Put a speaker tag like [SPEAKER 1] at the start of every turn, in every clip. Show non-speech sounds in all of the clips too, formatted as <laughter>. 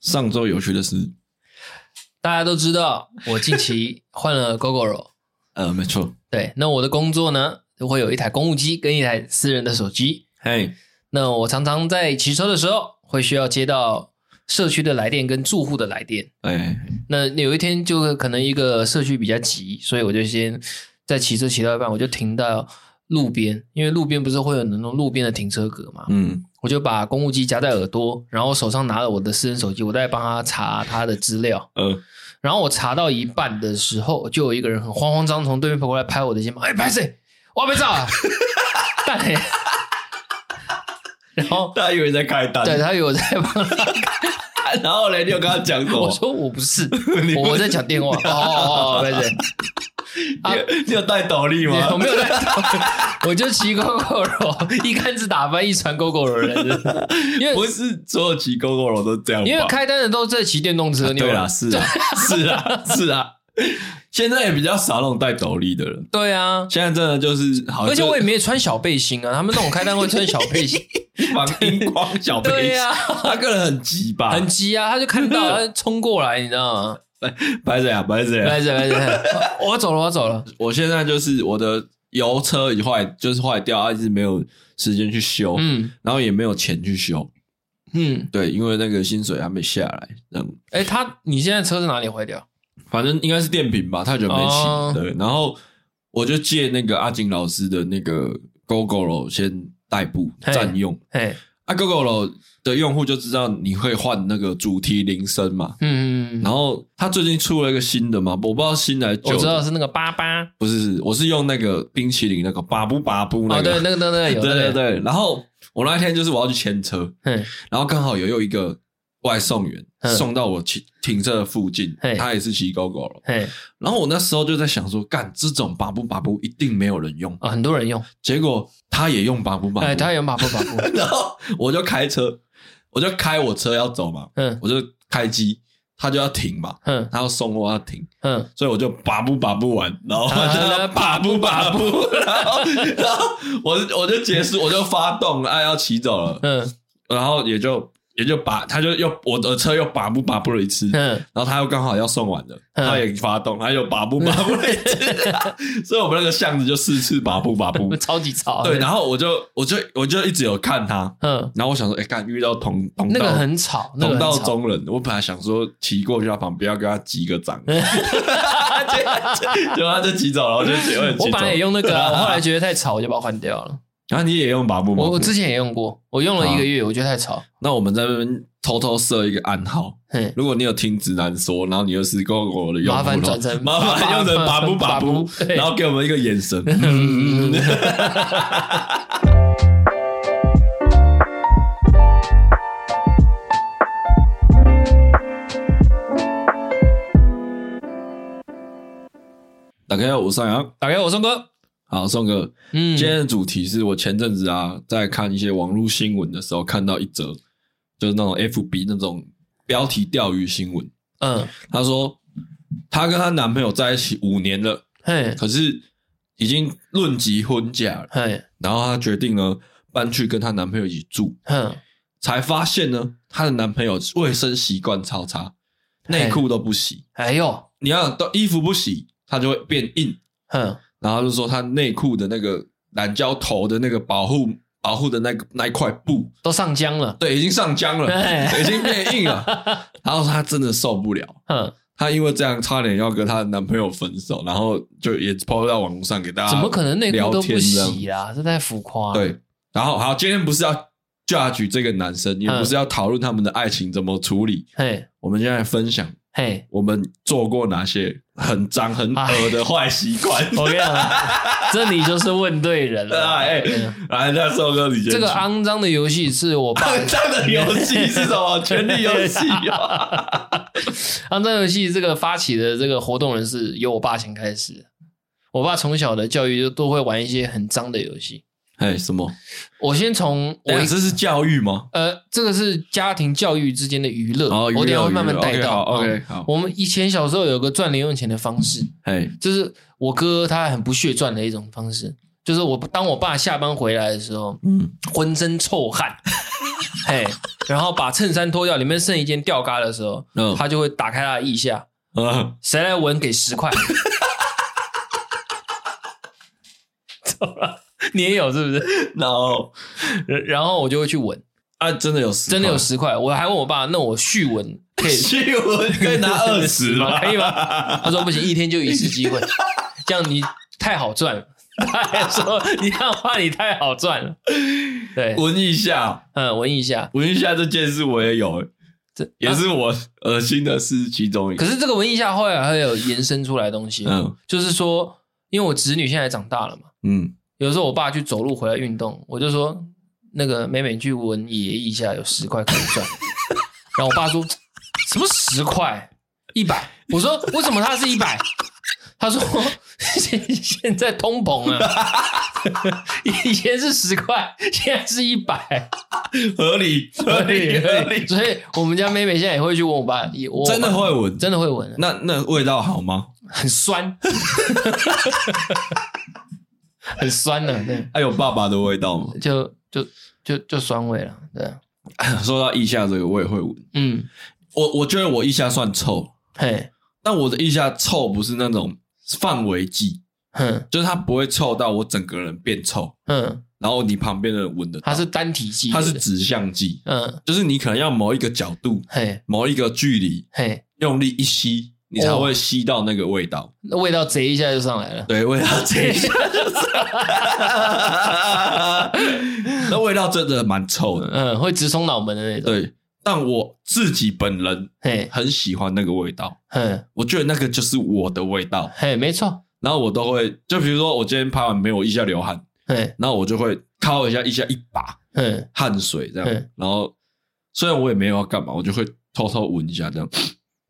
[SPEAKER 1] 上周有趣的事，
[SPEAKER 2] 大家都知道，我近期换了 Gogoro。
[SPEAKER 1] 呃，没错，
[SPEAKER 2] 对，那我的工作呢，会有一台公务机跟一台私人的手机。
[SPEAKER 1] 嘿，
[SPEAKER 2] 那我常常在骑车的时候，会需要接到社区的来电跟住户的来电。
[SPEAKER 1] 哎，
[SPEAKER 2] 那有一天就可能一个社区比较急，所以我就先在骑车骑到一半，我就停到路边，因为路边不是会有那种路边的停车格嘛，
[SPEAKER 1] 嗯，
[SPEAKER 2] 我就把公务机夹在耳朵，然后手上拿了我的私人手机，我在帮他查他的资料。
[SPEAKER 1] 呃，
[SPEAKER 2] 然后我查到一半的时候，就有一个人很慌慌张从对面跑过来拍我的肩膀，哎，拍谁？我被炸了，
[SPEAKER 1] <laughs>
[SPEAKER 2] 蛋欸！然后
[SPEAKER 1] 大家以为在开单，
[SPEAKER 2] 对他有在帮他，
[SPEAKER 1] <laughs> 然后嘞，你有跟他讲什么
[SPEAKER 2] 我？说我不是，
[SPEAKER 1] 哦 <laughs> 你不是
[SPEAKER 2] 我在讲电话。哦哦哦，拍
[SPEAKER 1] <laughs>
[SPEAKER 2] 谁？啊
[SPEAKER 1] 你有你有带斗笠吗？
[SPEAKER 2] 我没有在，我就骑 GoGo 一竿子打翻一船 GoGo 人，因为
[SPEAKER 1] 不是所有骑 g o g o 都这样吧？
[SPEAKER 2] 因为开单的都在骑电动车，你有
[SPEAKER 1] 对
[SPEAKER 2] 没有
[SPEAKER 1] 啦，是啊， <laughs> 是啊，是啊，现在也比较少那种带斗笠的人，
[SPEAKER 2] 对啊，
[SPEAKER 1] 现在真的就是好，
[SPEAKER 2] 而且
[SPEAKER 1] 哦就
[SPEAKER 2] 我也没穿小背心啊，他们那种开单会穿小
[SPEAKER 1] <laughs>
[SPEAKER 2] 背心，
[SPEAKER 1] 防荧光小背
[SPEAKER 2] 对
[SPEAKER 1] 心，
[SPEAKER 2] 呀、
[SPEAKER 1] 他个人很急吧？
[SPEAKER 2] 很急啊，他就看
[SPEAKER 1] 嗯
[SPEAKER 2] 到他就冲过来，你知道吗？
[SPEAKER 1] 白谁啊？白谁啊？
[SPEAKER 2] 来着来着，
[SPEAKER 1] <laughs>
[SPEAKER 2] 我走了我走了，
[SPEAKER 1] 我现在就是我的油车已坏，就是坏掉，啊一直没有时间去修，
[SPEAKER 2] 嗯
[SPEAKER 1] 然后也没有钱去修。
[SPEAKER 2] 嗯，
[SPEAKER 1] 对，因为那个薪水还没下来，嗯，
[SPEAKER 2] 哎、他你现在车是哪里坏掉？
[SPEAKER 1] 反正应该是电瓶吧，太久没骑。
[SPEAKER 2] 哦
[SPEAKER 1] 对，然后我就借那个阿景老师的那个 GoGo 先代步
[SPEAKER 2] 嘿
[SPEAKER 1] 占用。
[SPEAKER 2] 哎，
[SPEAKER 1] 啊，GoGo 的用户就知道你会换那个主题铃声嘛。
[SPEAKER 2] 嗯，
[SPEAKER 1] 然后他最近出了一个新的嘛，我不知道新来旧
[SPEAKER 2] 我
[SPEAKER 1] 的。
[SPEAKER 2] 知道是那个八八，
[SPEAKER 1] 不是，是我是用那个冰淇淋那个巴布巴布那个，
[SPEAKER 2] 哦，对，那个那个那
[SPEAKER 1] <laughs>
[SPEAKER 2] 个有，
[SPEAKER 1] 对对
[SPEAKER 2] 那个，
[SPEAKER 1] 对。然后我那一天就是我要去牵车，
[SPEAKER 2] 嗯
[SPEAKER 1] 然后刚好有有一个外送员
[SPEAKER 2] 嗯
[SPEAKER 1] 送到我停停车的附近
[SPEAKER 2] 嘿，
[SPEAKER 1] 他也是骑狗狗了。
[SPEAKER 2] 嘿，
[SPEAKER 1] 然后我那时候就在想说，干这种巴布巴布一定没有人用，
[SPEAKER 2] 啊，很多人用，
[SPEAKER 1] 结果他也用巴布巴
[SPEAKER 2] 哎，
[SPEAKER 1] 布，
[SPEAKER 2] 他有马步马
[SPEAKER 1] <laughs>
[SPEAKER 2] 步，
[SPEAKER 1] 然后我就开车，我就开我车要走嘛，
[SPEAKER 2] 嗯
[SPEAKER 1] 我就开机，他就要停嘛，
[SPEAKER 2] 嗯
[SPEAKER 1] 他要送我要停，
[SPEAKER 2] 嗯，
[SPEAKER 1] 所以我就把不把不完，然后我
[SPEAKER 2] 啊
[SPEAKER 1] 就把不把不， <laughs> 然后然后我就我就结束，我就发动了，哎要骑走了，
[SPEAKER 2] 嗯
[SPEAKER 1] 然后也就也就把他就又我的车又把不把不了一次，然
[SPEAKER 2] 嗯，
[SPEAKER 1] 后他又刚好要送完了，
[SPEAKER 2] 嗯，
[SPEAKER 1] 他也发动，他又把不把不了一次， <laughs> 所以我们那个巷子就四次把不把不
[SPEAKER 2] <laughs> 超级吵，
[SPEAKER 1] 对，，然后我就我就我就一直有看他，
[SPEAKER 2] 嗯，
[SPEAKER 1] 然后我想说，哎干遇到同同
[SPEAKER 2] 那
[SPEAKER 1] 道
[SPEAKER 2] 个很吵，那
[SPEAKER 1] 同
[SPEAKER 2] 个很
[SPEAKER 1] 道
[SPEAKER 2] 吵，
[SPEAKER 1] 中人，我本来想说骑过去他旁边要跟他击个
[SPEAKER 2] <laughs>
[SPEAKER 1] 掌，
[SPEAKER 2] 嗯
[SPEAKER 1] <laughs> 结果结果他就骑走了，我就骑我也骑走
[SPEAKER 2] 我本来也用那
[SPEAKER 1] <laughs>
[SPEAKER 2] 个啊，我后来觉得太吵，我就把它换掉了。
[SPEAKER 1] 然后啊你也用把布吗
[SPEAKER 2] 我？我之前也用过，我用了一个月，我觉得太吵。
[SPEAKER 1] 那我们在那边偷偷设一个暗号，
[SPEAKER 2] 嘿，
[SPEAKER 1] 如果你有听直男说，然后你又是跟我的用户的话
[SPEAKER 2] 麻烦转成
[SPEAKER 1] 麻烦用成把布把
[SPEAKER 2] 把
[SPEAKER 1] 布
[SPEAKER 2] 布，对
[SPEAKER 1] 然后给我们一个眼
[SPEAKER 2] <laughs>
[SPEAKER 1] 神。
[SPEAKER 2] 嗯，
[SPEAKER 1] 打开我上扬，
[SPEAKER 2] 打给我宋哥。
[SPEAKER 1] 好宋哥，
[SPEAKER 2] 嗯，
[SPEAKER 1] 今天的主题是我前阵子啊，在看一些网络新闻的时候，看到一则就是那种 FB 那种标题钓鱼新闻。
[SPEAKER 2] 嗯，
[SPEAKER 1] 她说她跟她男朋友在一起五年了，
[SPEAKER 2] 嘿，
[SPEAKER 1] 可是已经论及婚嫁了。
[SPEAKER 2] 嘿，
[SPEAKER 1] 然后她决定呢搬去跟她男朋友一起住，
[SPEAKER 2] 哼，
[SPEAKER 1] 才发现呢她的男朋友卫生习惯超差，
[SPEAKER 2] 嘿
[SPEAKER 1] 内裤都不洗。
[SPEAKER 2] 哎呦，
[SPEAKER 1] 你要到衣服不洗，它就会变硬。
[SPEAKER 2] 哼，
[SPEAKER 1] 然后就说她内裤的那个懒胶头的那个保护保护的那个那一块布，
[SPEAKER 2] 都上浆了，
[SPEAKER 1] 对，已经上浆了，
[SPEAKER 2] 哎
[SPEAKER 1] 已经变硬
[SPEAKER 2] <laughs>
[SPEAKER 1] 了。然后她真的受不了。
[SPEAKER 2] 哼，
[SPEAKER 1] 她因为这样差点要跟她的男朋友分手，然后就也抛到网络上给大家，
[SPEAKER 2] 怎么可能内裤
[SPEAKER 1] 啊聊
[SPEAKER 2] 都不
[SPEAKER 1] 天
[SPEAKER 2] 洗啊？这太浮夸。，
[SPEAKER 1] 对，然后好，今天不是要 judge 这个男生，也
[SPEAKER 2] 嗯
[SPEAKER 1] 不是要讨论他们的爱情怎么处理，
[SPEAKER 2] 嘿，
[SPEAKER 1] 我们现在分享
[SPEAKER 2] 嘿，
[SPEAKER 1] 我们做过哪些很脏很恶的坏习
[SPEAKER 2] <laughs>
[SPEAKER 1] 惯。
[SPEAKER 2] 我跟你
[SPEAKER 1] <laughs>
[SPEAKER 2] 讲啊，这你就是问对人了。嗯
[SPEAKER 1] 哎，来，那寿哥，你先
[SPEAKER 2] 这个啊
[SPEAKER 1] 去 <laughs>
[SPEAKER 2] 肮脏的游戏是我爸
[SPEAKER 1] 肮脏的游戏是什么？权力游戏
[SPEAKER 2] <laughs> 哎
[SPEAKER 1] 啊！
[SPEAKER 2] 肮脏游戏这个发起的这个活动人是由我爸先开始的。我爸从小的教育就都会玩一些很脏的游戏。
[SPEAKER 1] 哎，什么？
[SPEAKER 2] 我先从我
[SPEAKER 1] 哎，这是教育吗？
[SPEAKER 2] 呃，这个是家庭教育之间的娱乐，
[SPEAKER 1] 哦，
[SPEAKER 2] 呃我等一下会
[SPEAKER 1] 娱乐
[SPEAKER 2] 慢慢
[SPEAKER 1] 娱乐
[SPEAKER 2] 带
[SPEAKER 1] OK，好
[SPEAKER 2] 到。
[SPEAKER 1] ，OK，
[SPEAKER 2] 嗯
[SPEAKER 1] 好，
[SPEAKER 2] 我们以前小时候有个赚零用钱的方式，
[SPEAKER 1] 哎，
[SPEAKER 2] 就是我哥他很不屑赚的一种方式，就是我当我爸下班回来的时候，
[SPEAKER 1] 嗯，
[SPEAKER 2] 浑身臭汗，嘿，然后把衬衫脱掉，里面剩一件吊嘎的时候，
[SPEAKER 1] 嗯
[SPEAKER 2] 他就会打开他的腋下，
[SPEAKER 1] 啊，
[SPEAKER 2] 谁来闻给十块。 <laughs> 走了，你也有是不是？
[SPEAKER 1] 然后
[SPEAKER 2] 然然后我就会去闻，
[SPEAKER 1] 啊，真的有十，
[SPEAKER 2] 真的有十块。我还问我爸，那我续闻可以？
[SPEAKER 1] 新闻可以拿二十吗？
[SPEAKER 2] <laughs> 可以吗？他说不行，一天就一次机会，这样你太好赚了。他还说你这样话你太好赚了。对，
[SPEAKER 1] <laughs> 闻一下，
[SPEAKER 2] 嗯，闻一下。
[SPEAKER 1] 闻一下这件事我也有，
[SPEAKER 2] 这啊
[SPEAKER 1] 也是我恶心的事其中一
[SPEAKER 2] 可
[SPEAKER 1] 个。
[SPEAKER 2] 是这个文艺下后来还有延伸出来的东西，
[SPEAKER 1] 嗯
[SPEAKER 2] 就是说，因为我侄女现在长大了嘛，
[SPEAKER 1] 嗯，
[SPEAKER 2] 有时候我爸去走路回来运动，我就说那个美美你去闻爷一下有十块可以
[SPEAKER 1] <laughs>
[SPEAKER 2] 赚，然后我爸说什么十块一百，我说为什么他是一百？他说现现在通膨了，
[SPEAKER 1] <laughs>
[SPEAKER 2] 以前是十块，现在是一百，
[SPEAKER 1] 合理合
[SPEAKER 2] <laughs>
[SPEAKER 1] 理合理，
[SPEAKER 2] 所以我们家妹妹现在也会去问我爸，也我
[SPEAKER 1] 真的会闻。
[SPEAKER 2] 真的会闻，
[SPEAKER 1] 那那味道好吗？
[SPEAKER 2] 很酸，
[SPEAKER 1] <laughs>
[SPEAKER 2] 很酸的，对，
[SPEAKER 1] 还有爸爸的味道吗？
[SPEAKER 2] 就就就就酸味了，对，啊
[SPEAKER 1] 说到腋下这个，我也会闻。
[SPEAKER 2] 嗯，
[SPEAKER 1] 我我觉得我腋下算臭，
[SPEAKER 2] 嘿，
[SPEAKER 1] 但我的腋下臭不是那种范围剂，
[SPEAKER 2] 哼，
[SPEAKER 1] 就是它不会臭到我整个人变臭，
[SPEAKER 2] 嗯，
[SPEAKER 1] 然后你旁边的人闻得到。
[SPEAKER 2] 它是单体系，
[SPEAKER 1] 它是
[SPEAKER 2] 对不对
[SPEAKER 1] 指向剂，
[SPEAKER 2] 嗯，
[SPEAKER 1] 就是你可能要某一个角度、
[SPEAKER 2] 嘿，
[SPEAKER 1] 某一个距离，
[SPEAKER 2] 嘿，
[SPEAKER 1] 用力一吸，你才
[SPEAKER 2] 哦
[SPEAKER 1] 会吸到那个味道。
[SPEAKER 2] 那味道贼一下就上来了，
[SPEAKER 1] 对，味道 <laughs> 贼香，就是， <laughs> 那味道真的蛮臭的。
[SPEAKER 2] 嗯，会直冲脑门的那种，
[SPEAKER 1] 对，但我自己本人
[SPEAKER 2] 嘿，
[SPEAKER 1] 很喜欢那个味道，
[SPEAKER 2] 嗯，
[SPEAKER 1] 我觉得那个就是我的味道。
[SPEAKER 2] 嘿，没错，
[SPEAKER 1] 然后我都会，就比如说我今天拍完没有一下流汗，
[SPEAKER 2] 嘿，
[SPEAKER 1] 然后我就会靠一下一下一把
[SPEAKER 2] 嗯，
[SPEAKER 1] 汗水这样
[SPEAKER 2] 嗯，
[SPEAKER 1] 然后虽然我也没有要干嘛，我就会偷偷闻一下这样。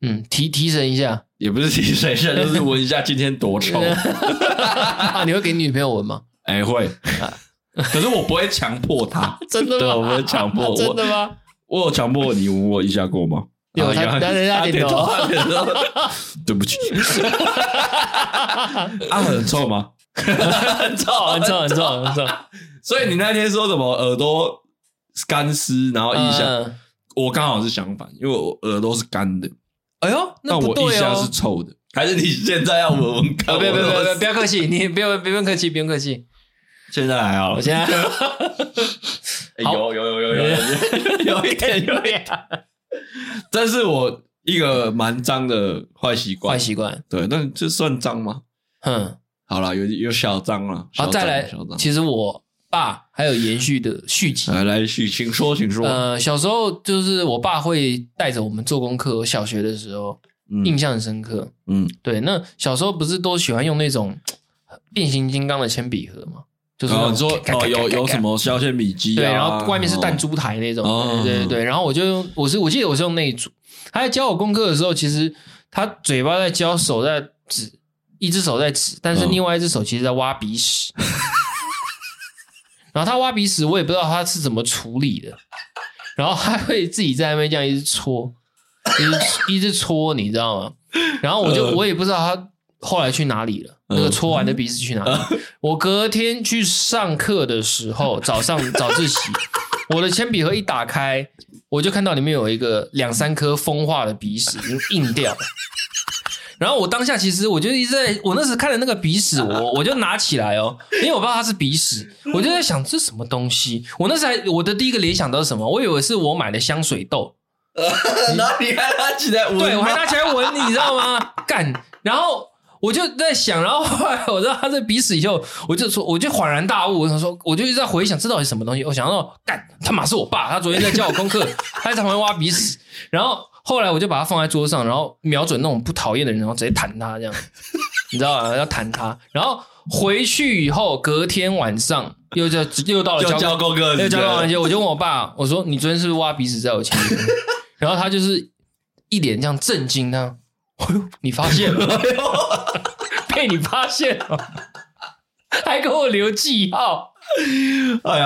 [SPEAKER 2] 嗯，提提神
[SPEAKER 1] <laughs>
[SPEAKER 2] 一下，
[SPEAKER 1] 也不是提神一下，就是闻一下今天多臭。
[SPEAKER 2] 啊，你会给你女朋友闻吗？
[SPEAKER 1] 哎、会，可是我不会强迫他。
[SPEAKER 2] 真的吗？
[SPEAKER 1] 对我不会强迫我
[SPEAKER 2] <laughs> 真的吗？
[SPEAKER 1] 我有强迫你吻我一下过吗？
[SPEAKER 2] 有
[SPEAKER 1] 啊
[SPEAKER 2] 他
[SPEAKER 1] 有
[SPEAKER 2] 他人家
[SPEAKER 1] 他
[SPEAKER 2] 点
[SPEAKER 1] 点
[SPEAKER 2] 头
[SPEAKER 1] 头，他点头。对不起，啊，很臭吗？啊很臭，
[SPEAKER 2] 很臭，很臭， <laughs> 很臭，
[SPEAKER 1] 所以你那天说什么耳朵干湿，然后腋下，
[SPEAKER 2] 嗯
[SPEAKER 1] 我刚好是相反，因为我耳朵是干的，
[SPEAKER 2] 哎呦，
[SPEAKER 1] 但
[SPEAKER 2] 那不
[SPEAKER 1] 我
[SPEAKER 2] 对哦
[SPEAKER 1] 腋下是臭的。还是你现在要闻闻看？
[SPEAKER 2] 啊，不要不要不要不要不
[SPEAKER 1] 要！
[SPEAKER 2] 要客气，你不要不用客气，不用客气。
[SPEAKER 1] 现在还好
[SPEAKER 2] 我， <laughs> 现在
[SPEAKER 1] 哎
[SPEAKER 2] 好
[SPEAKER 1] 有有有有有有有一
[SPEAKER 2] <laughs>
[SPEAKER 1] 点有一点，
[SPEAKER 2] 点
[SPEAKER 1] 这是我一个蛮脏的坏习惯。
[SPEAKER 2] 坏习惯，
[SPEAKER 1] 对，那这算脏吗？
[SPEAKER 2] 嗯，好
[SPEAKER 1] 好啦，有有小张了，小
[SPEAKER 2] 好
[SPEAKER 1] 张
[SPEAKER 2] 再来
[SPEAKER 1] 小张，，
[SPEAKER 2] 其实我爸还有延续的续集。
[SPEAKER 1] 来来续，请说，请说。
[SPEAKER 2] 呃，小时候就是我爸会带着我们做功课，我小学的时候印
[SPEAKER 1] 嗯
[SPEAKER 2] 象很深刻。
[SPEAKER 1] 嗯，
[SPEAKER 2] 对，那小时候不是都喜欢用那种呃变形金刚的铅笔盒吗？就是
[SPEAKER 1] 然
[SPEAKER 2] 那
[SPEAKER 1] 后
[SPEAKER 2] 种
[SPEAKER 1] 你说
[SPEAKER 2] 咔咔
[SPEAKER 1] 哦，有
[SPEAKER 2] 咔咔
[SPEAKER 1] 有
[SPEAKER 2] 咔
[SPEAKER 1] 什么削铅笔机啊？
[SPEAKER 2] 对，然后外面是弹
[SPEAKER 1] <laughs> 哦，
[SPEAKER 2] 珠台那种，
[SPEAKER 1] 哦
[SPEAKER 2] 对对对。然后我就用，我是我记得我是用那一组。他在教我功课的时候，其实他嘴巴在教，手在指，一只手在指，但是
[SPEAKER 1] 嗯
[SPEAKER 2] 另外一只手其实在挖鼻屎。 <laughs> 然后他挖鼻屎，我也不知道他是怎么处理的。然后他会自己在那边这样一直搓，一直一直搓，你知道吗？然后我就
[SPEAKER 1] 嗯
[SPEAKER 2] 我也不知道他后来去哪里了，那个
[SPEAKER 1] 嗯
[SPEAKER 2] 搓完的鼻屎去哪里了？我隔天去上课的时候，早上早自习，我的铅笔盒一打开，我就看到里面有一个两三颗风化的鼻屎已经硬掉了。然后我当下其实我就一直在，我那时看了那个鼻屎，我我就拿起来哦，因为我不知道它是鼻屎，我就在想这什么东西。我那时还我的第一个联想到是什么？我以为是我买的香水豆，
[SPEAKER 1] 然后你还拿起来闻吗，
[SPEAKER 2] 对我还拿起来
[SPEAKER 1] <laughs>
[SPEAKER 2] 闻，你知道吗？干，然后我就在想，然后后来我知道他在鼻屎以后，我就说，我就恍然大悟，我想说，我就一直在回想这到底是什么东西。我想到，干，他妈是我爸，他昨天在教我功课， <laughs> 他在旁边挖鼻屎，然后后来我就把它放在桌上，然后瞄准那种不讨厌的人，然后直接弹他这样。你知道吗？要弹他，然后回去以后，隔天晚上又就又到了
[SPEAKER 1] 就
[SPEAKER 2] 交
[SPEAKER 1] 交功课，
[SPEAKER 2] <laughs> 那个交换环
[SPEAKER 1] 是
[SPEAKER 2] 节，我就问我爸，我说你昨天是不是挖鼻屎在我前面？ <laughs> 然后他就是一脸这样震惊呢、啊，哎呦，你发现了，
[SPEAKER 1] 不是。
[SPEAKER 2] <laughs> 被你发现了，还给我留记号，
[SPEAKER 1] 哎呦，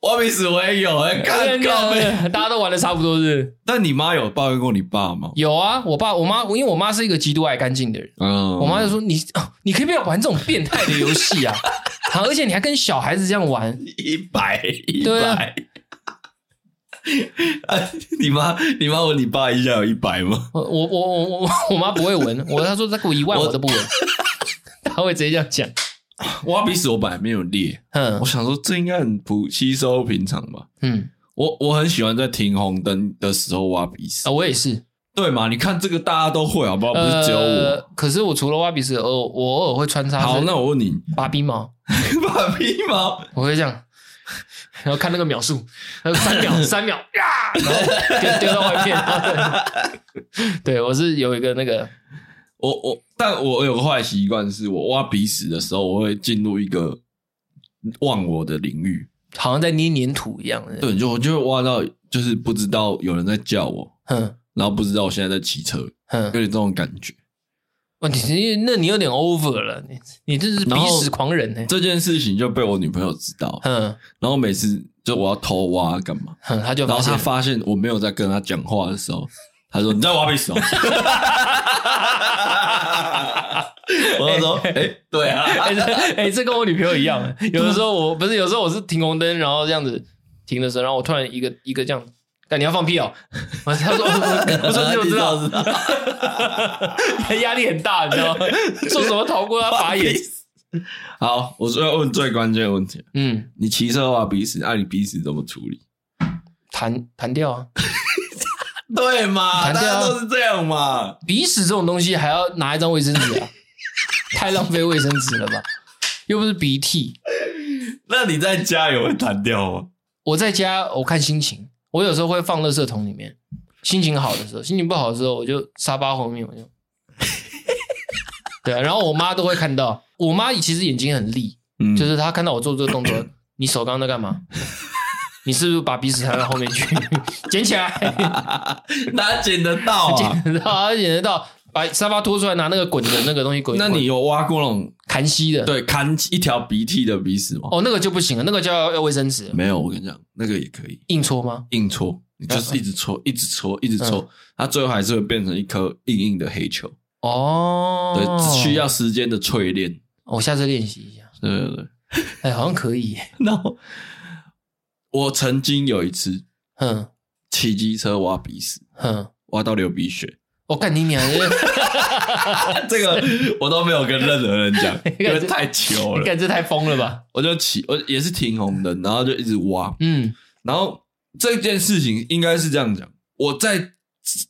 [SPEAKER 1] 挖鼻屎我也有哎，看告呗。
[SPEAKER 2] 大家都玩的差不多是？
[SPEAKER 1] 但你妈有抱怨过你爸吗？
[SPEAKER 2] 有啊，我爸我妈，因为我妈是一个极度爱干净的人，
[SPEAKER 1] 嗯
[SPEAKER 2] 我妈就说你啊你可以不要玩这种变态的游戏啊， <laughs> 啊而且你还跟小孩子这样玩，
[SPEAKER 1] 一百一
[SPEAKER 2] 对啊
[SPEAKER 1] 百， <laughs> 啊，你妈，你妈我你爸一下有一百吗？
[SPEAKER 2] 我我我我我我妈不会闻，我她说再给我一万
[SPEAKER 1] 我
[SPEAKER 2] 我都不闻， <laughs> 她会直接这样讲。
[SPEAKER 1] 挖鼻屎我本来没有列，
[SPEAKER 2] 嗯
[SPEAKER 1] 我想说这应该很普吸收平常吧。
[SPEAKER 2] 嗯
[SPEAKER 1] 我我很喜欢在停红灯的时候挖鼻屎，
[SPEAKER 2] 啊，我也是。对
[SPEAKER 1] 嘛？你看这个大家都会好不哦好？不是只有
[SPEAKER 2] 呃
[SPEAKER 1] 我。。
[SPEAKER 2] 可是我除了挖鼻屎，偶我偶尔会穿插
[SPEAKER 1] 好，那我问你， <laughs>
[SPEAKER 2] 拔鼻毛，
[SPEAKER 1] 把鼻毛
[SPEAKER 2] 我会这样， <laughs> 然后看那个秒数，还有
[SPEAKER 1] <laughs>
[SPEAKER 2] 三秒，三秒呀，然后就丢到外面。然后
[SPEAKER 1] <laughs>
[SPEAKER 2] 再对，我是有一个那个，
[SPEAKER 1] 我我，但我有个坏习惯，是我挖鼻屎的时候，我会进入一个忘我的领域。
[SPEAKER 2] 好像在捏黏土一样的。
[SPEAKER 1] 对，就我就会挖到，就是不知道有人在叫我，
[SPEAKER 2] 嗯
[SPEAKER 1] 然后不知道我现在在骑车，有
[SPEAKER 2] 嗯，
[SPEAKER 1] 点这种感觉。
[SPEAKER 2] 问题那你有点 over 了，你你这是
[SPEAKER 1] 然
[SPEAKER 2] 鼻
[SPEAKER 1] 后
[SPEAKER 2] 屎狂人呢、欸
[SPEAKER 1] 这件事情就被我女朋友知道，
[SPEAKER 2] 嗯
[SPEAKER 1] 然后每次就我要偷挖干嘛，
[SPEAKER 2] 嗯，他就
[SPEAKER 1] 然
[SPEAKER 2] 发
[SPEAKER 1] 后
[SPEAKER 2] 现
[SPEAKER 1] 她发现我没有在跟她讲话的时候，她说：“你在挖鼻 <laughs> 屎哦。”我就说：“哎、对啊。”
[SPEAKER 2] <laughs> 哎、这哎、这跟我女朋友一 <laughs> 样。有的时候我不是，有时候我是停红灯，然后这样子停的时候，然后我突然一个一个这样，干你要放屁哦！ <laughs> 我他说，我我 <laughs> 说你怎么知道？
[SPEAKER 1] 知道，
[SPEAKER 2] 压力很大，你知道吗？做什么逃过他法眼？
[SPEAKER 1] 好，我最后问最关键的问题：
[SPEAKER 2] 嗯，
[SPEAKER 1] 你骑车挖鼻屎，那、啊你鼻屎怎么处理？
[SPEAKER 2] 弹弹掉啊！
[SPEAKER 1] 对嘛
[SPEAKER 2] 弹掉啊
[SPEAKER 1] 是这样嘛。
[SPEAKER 2] 鼻屎这种东西还要拿一张卫生纸啊， <laughs> 太浪费卫生纸了吧？又不是鼻涕。
[SPEAKER 1] 那你在家也会弹掉吗？
[SPEAKER 2] 我在家我看心情，我有时候会放垃圾桶里面。心情好的时候，心情不好的时候，我就沙发后面我就，对啊，然后我妈都会看到，我妈其实眼睛很利，
[SPEAKER 1] 嗯，
[SPEAKER 2] 就是她看到我做这个动
[SPEAKER 1] <laughs>
[SPEAKER 2] 作，你手刚刚在干嘛？你是不是把鼻屎弹到后面去？捡起来，
[SPEAKER 1] <laughs> 哪捡得到啊？
[SPEAKER 2] 捡得到，她捡得到，把沙发拖出来，拿那个滚的那个东西滚一
[SPEAKER 1] 那
[SPEAKER 2] 滚。
[SPEAKER 1] 你有挖过那种
[SPEAKER 2] 弹吸的，
[SPEAKER 1] 对砍一条鼻涕的鼻屎吗？
[SPEAKER 2] 哦，那个就不行了，那个就要要卫生纸，
[SPEAKER 1] 没有，我跟你讲，那个也可以
[SPEAKER 2] 硬搓吗？
[SPEAKER 1] 硬搓，你就是一直搓，一直搓，一直搓，它最后还是会变成一颗硬硬的黑球。
[SPEAKER 2] 哦，
[SPEAKER 1] 对，只需要时间的淬炼。
[SPEAKER 2] 我下次练习一下。
[SPEAKER 1] 对对对。 <laughs>
[SPEAKER 2] 哎，好像可以耶，
[SPEAKER 1] 然后我曾经有一次
[SPEAKER 2] 嗯
[SPEAKER 1] 骑机车挖鼻屎，
[SPEAKER 2] 嗯。
[SPEAKER 1] 挖到流鼻血。 <laughs>
[SPEAKER 2] 我哦干你娘！
[SPEAKER 1] 这个我都没有跟任何人讲，因为太糗
[SPEAKER 2] 你
[SPEAKER 1] 了。
[SPEAKER 2] 干这太疯了吧？
[SPEAKER 1] 我就骑，我也是停红灯，然后就一直挖。
[SPEAKER 2] 嗯
[SPEAKER 1] 然后这件事情应该是这样讲：我在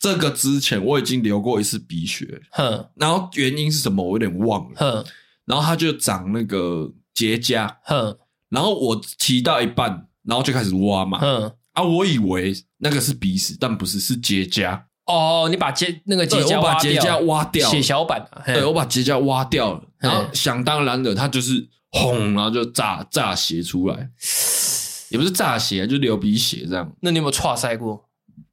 [SPEAKER 1] 这个之前我已经流过一次鼻血，
[SPEAKER 2] 哼
[SPEAKER 1] 然后原因是什么我有点忘了。
[SPEAKER 2] 哼
[SPEAKER 1] 然后它就长那个结痂，
[SPEAKER 2] 哼
[SPEAKER 1] 然后我骑到一半，然后就开始挖嘛。
[SPEAKER 2] 哼！哦
[SPEAKER 1] 啊，我以为那个是鼻屎，但不是，是结痂。
[SPEAKER 2] 哦，你把结那个结
[SPEAKER 1] 对
[SPEAKER 2] 痂
[SPEAKER 1] 我把
[SPEAKER 2] 挖
[SPEAKER 1] 结
[SPEAKER 2] 掉
[SPEAKER 1] 痂，挖掉，
[SPEAKER 2] 血小板啊，嘿
[SPEAKER 1] 对我把结痂挖掉了，然后
[SPEAKER 2] 嗯
[SPEAKER 1] 想当然的，它就是轰，然后就炸炸血出
[SPEAKER 2] <sighs>
[SPEAKER 1] 来，也不是炸血，就流鼻血这样。
[SPEAKER 2] 那你有没有岔塞过？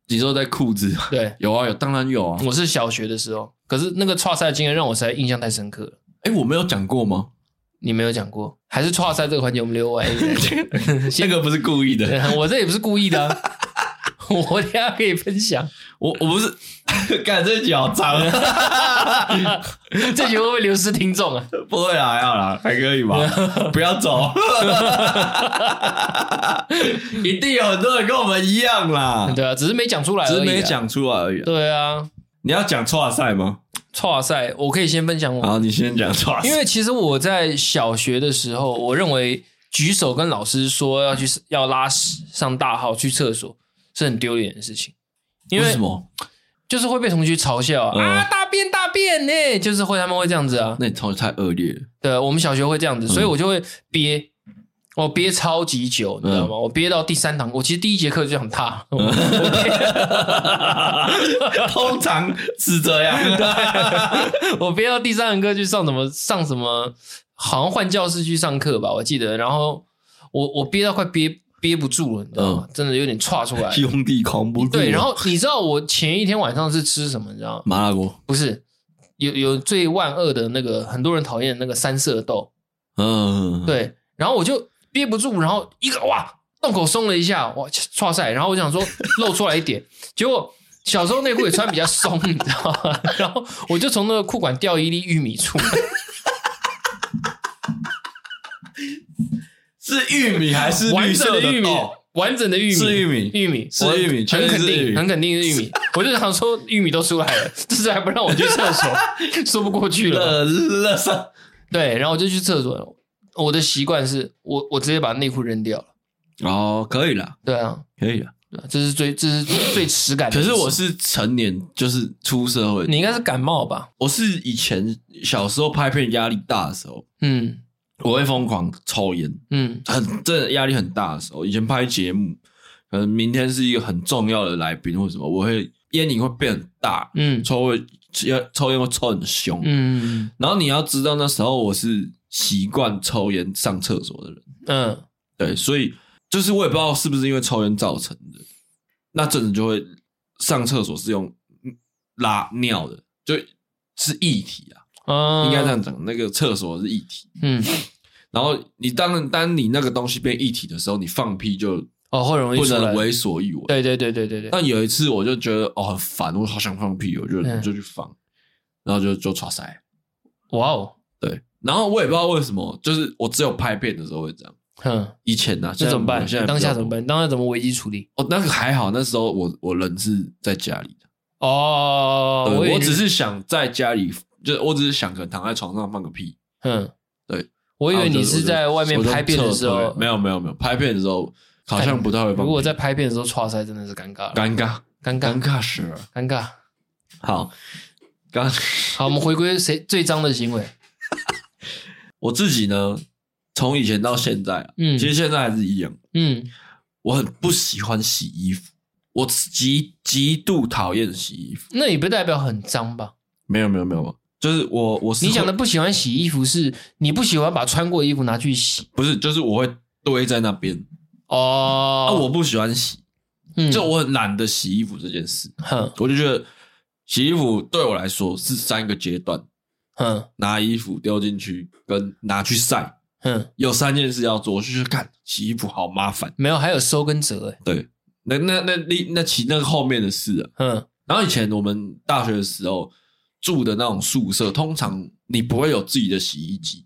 [SPEAKER 1] 你说在裤子？
[SPEAKER 2] 对，
[SPEAKER 1] 有啊，有，当然有啊。
[SPEAKER 2] 我是小学的时候，可是那个岔塞的经验让我实在印象太深刻了。
[SPEAKER 1] 哎，我没有讲过吗？
[SPEAKER 2] 你没有讲过，还是岔塞这个环节我们留完一点。 <laughs>
[SPEAKER 1] 那个不是故意的，
[SPEAKER 2] 对我这也不是故意的啊、我等一下可以分享。
[SPEAKER 1] 我我不是， <laughs> 干这集好啊脏，
[SPEAKER 2] 这集会不会流失听众啊？
[SPEAKER 1] 不会啦，还好
[SPEAKER 2] <laughs>
[SPEAKER 1] 啦，还可以吧，不要走， <laughs> 一定有很多人跟我们一样啦，
[SPEAKER 2] 对啊，只是没讲出来而已
[SPEAKER 1] 只
[SPEAKER 2] 啊、
[SPEAKER 1] 是没讲出来而已啊。
[SPEAKER 2] 对啊，
[SPEAKER 1] 你要讲错赛吗？
[SPEAKER 2] 岔塞，我可以先分享我
[SPEAKER 1] 好，你先讲 <laughs> 错啊赛
[SPEAKER 2] 因。为其实我在小学的时候，我认为举手跟老师说要去要拉屎、上大号、去厕所是很丢脸的事情，因为
[SPEAKER 1] 什么？
[SPEAKER 2] 就是会被同学嘲笑啊，
[SPEAKER 1] 嗯
[SPEAKER 2] 啊大便大便呢、欸就是会他们会这样子啊。
[SPEAKER 1] 那你同学太恶劣了。
[SPEAKER 2] 对，我们小学会这样
[SPEAKER 1] 嗯
[SPEAKER 2] 子，所以我就会憋，我憋超级久，你知
[SPEAKER 1] 嗯
[SPEAKER 2] 道吗？我憋到第三堂，我其实第一节课就想踏，我
[SPEAKER 1] <laughs> 通常是这样。 <laughs>
[SPEAKER 2] 我不要第三堂课去上什么上什么，好像换教室去上课吧，我记得。然后我我憋到快憋憋不住了，你知道吗？真的有点岔
[SPEAKER 1] <laughs>
[SPEAKER 2] 出来。
[SPEAKER 1] 兄弟狂不入
[SPEAKER 2] 对，然后你知道我前一天晚上是吃什么？你知道吗？
[SPEAKER 1] 麻辣锅，
[SPEAKER 2] 不是有有最万恶的那个很多人讨厌的那个三色豆，
[SPEAKER 1] 嗯，，
[SPEAKER 2] 对。然后我就憋不住，然后一个哇洞口松了一下，哇唰塞，然后我想说露出来一点，结果。小时候内裤也穿比较松，你知道吗？ <laughs> 然后我就从那个裤管掉一粒玉米出来，
[SPEAKER 1] 是玉米还是
[SPEAKER 2] 完
[SPEAKER 1] 绿
[SPEAKER 2] 整
[SPEAKER 1] 色
[SPEAKER 2] 的玉米
[SPEAKER 1] 豆？
[SPEAKER 2] 完整的玉米，
[SPEAKER 1] 哦是玉米
[SPEAKER 2] 玉米
[SPEAKER 1] 是
[SPEAKER 2] 我
[SPEAKER 1] 玉米确
[SPEAKER 2] 很
[SPEAKER 1] 定
[SPEAKER 2] 肯
[SPEAKER 1] 是玉
[SPEAKER 2] 定，
[SPEAKER 1] 米
[SPEAKER 2] 很肯定是玉
[SPEAKER 1] <laughs>
[SPEAKER 2] 米。我就想说，玉米都出来了， <laughs> 这次还不让我去厕所， <laughs> 说不过去
[SPEAKER 1] <laughs>
[SPEAKER 2] 了。
[SPEAKER 1] 乐乐色，
[SPEAKER 2] 对，然后我就去厕所了。我的习惯是我我直接把内裤扔掉了。
[SPEAKER 1] 哦，可以了，
[SPEAKER 2] 对啊，
[SPEAKER 1] 可以了。
[SPEAKER 2] 对啊这是最这是最耻感的
[SPEAKER 1] 可
[SPEAKER 2] 一次。
[SPEAKER 1] 是我是成年，就是出社会，
[SPEAKER 2] 你应该是感冒吧？
[SPEAKER 1] 我是以前小时候拍片压力大的时候，
[SPEAKER 2] 嗯
[SPEAKER 1] 我会疯狂抽烟，
[SPEAKER 2] 嗯
[SPEAKER 1] 很真的压力很大的时候。以前拍节目，可能明天是一个很重要的来宾或什么，我会烟瘾会变很大，
[SPEAKER 2] 嗯
[SPEAKER 1] 抽会要抽烟会抽很凶。
[SPEAKER 2] 嗯
[SPEAKER 1] 然后你要知道那时候我是习惯抽烟上厕所的人，
[SPEAKER 2] 嗯
[SPEAKER 1] 对，所以就是我也不知道是不是因为抽烟造成的，那阵子就会上厕所是用拉尿的，就是液体啊，
[SPEAKER 2] 嗯，
[SPEAKER 1] 应该这样讲，那个厕所是液体。
[SPEAKER 2] 嗯。
[SPEAKER 1] 然后你当然，当你那个东西变液体的时候，你放屁就
[SPEAKER 2] 哦，会容易
[SPEAKER 1] 不
[SPEAKER 2] 出来
[SPEAKER 1] 能为所欲为。
[SPEAKER 2] 对对对对对对，
[SPEAKER 1] 但有一次我就觉得哦很烦，我好想放屁，我就
[SPEAKER 2] 嗯
[SPEAKER 1] 就去放，然后就就抓塞。
[SPEAKER 2] 哇哦，
[SPEAKER 1] 对，然后我也不知道为什么，就是我只有拍片的时候会这样。
[SPEAKER 2] 哼，
[SPEAKER 1] 以前呢、啊，现在
[SPEAKER 2] 那怎么办
[SPEAKER 1] 没有现在？比较
[SPEAKER 2] 当下怎么
[SPEAKER 1] 多？
[SPEAKER 2] 办？当下怎么危机处理？
[SPEAKER 1] 哦，那个还好，那时候我我人是在家里的，
[SPEAKER 2] 哦，
[SPEAKER 1] 对
[SPEAKER 2] 以为
[SPEAKER 1] 我
[SPEAKER 2] 你
[SPEAKER 1] 只是想在家里，就是我只是想可能躺在床上放个屁。
[SPEAKER 2] 嗯，
[SPEAKER 1] 对，
[SPEAKER 2] 我以
[SPEAKER 1] 然后
[SPEAKER 2] 为
[SPEAKER 1] 就
[SPEAKER 2] 你是在外面
[SPEAKER 1] 啊我就
[SPEAKER 2] 拍片的
[SPEAKER 1] 撤
[SPEAKER 2] 时候
[SPEAKER 1] 退，没有没有没有，拍片的时候好像不太会放
[SPEAKER 2] 如果
[SPEAKER 1] 屁，
[SPEAKER 2] 在拍片的时候刷塞，真的是尴尬了，
[SPEAKER 1] 尴尬
[SPEAKER 2] 尴
[SPEAKER 1] 尴
[SPEAKER 2] 尬
[SPEAKER 1] 尬死了。
[SPEAKER 2] 尴尬。
[SPEAKER 1] 好，刚
[SPEAKER 2] 好，我们回归谁最脏的行为？
[SPEAKER 1] <laughs> 我自己呢，从以前到现在啊，
[SPEAKER 2] 嗯
[SPEAKER 1] 其实现在还是一样，
[SPEAKER 2] 嗯
[SPEAKER 1] 我很不喜欢洗衣服，我极极度讨厌洗衣服。
[SPEAKER 2] 那也不代表很脏吧？
[SPEAKER 1] 没有没有没有，就是我我是
[SPEAKER 2] 你讲
[SPEAKER 1] 会
[SPEAKER 2] 的不喜欢洗衣服是，你不喜欢把穿过的衣服拿去洗
[SPEAKER 1] 不是，就是我会堆在那边
[SPEAKER 2] 哦。
[SPEAKER 1] 啊，我不喜欢洗，
[SPEAKER 2] 嗯
[SPEAKER 1] 就我很懒得洗衣服这件事，
[SPEAKER 2] 哼
[SPEAKER 1] 我就觉得洗衣服对我来说是三个阶段。
[SPEAKER 2] 哼
[SPEAKER 1] 拿衣服丢进去跟拿去晒，
[SPEAKER 2] 哼，
[SPEAKER 1] 有三件事要做。我就去看洗衣服好麻烦，
[SPEAKER 2] 没有，还有收跟折欸，
[SPEAKER 1] 对，那那那那那其那个后面的事啊。
[SPEAKER 2] 嗯
[SPEAKER 1] 然后以前我们大学的时候住的那种宿舍，通常你不会有自己的洗衣机，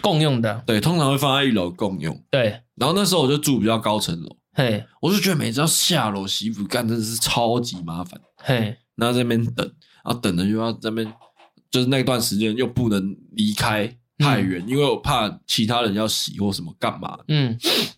[SPEAKER 2] 共用的，
[SPEAKER 1] 对，通常会放在一楼共用。
[SPEAKER 2] 对，
[SPEAKER 1] 然后那时候我就住比较高层楼，
[SPEAKER 2] 嘿
[SPEAKER 1] 我就觉得每次要下楼洗衣服，干真的是超级麻烦。
[SPEAKER 2] 嘿，
[SPEAKER 1] 然后在那边等，然后等了又要在那边，就是那段时间又不能离开太远，因为我怕其他人要洗或什么干嘛。
[SPEAKER 2] 嗯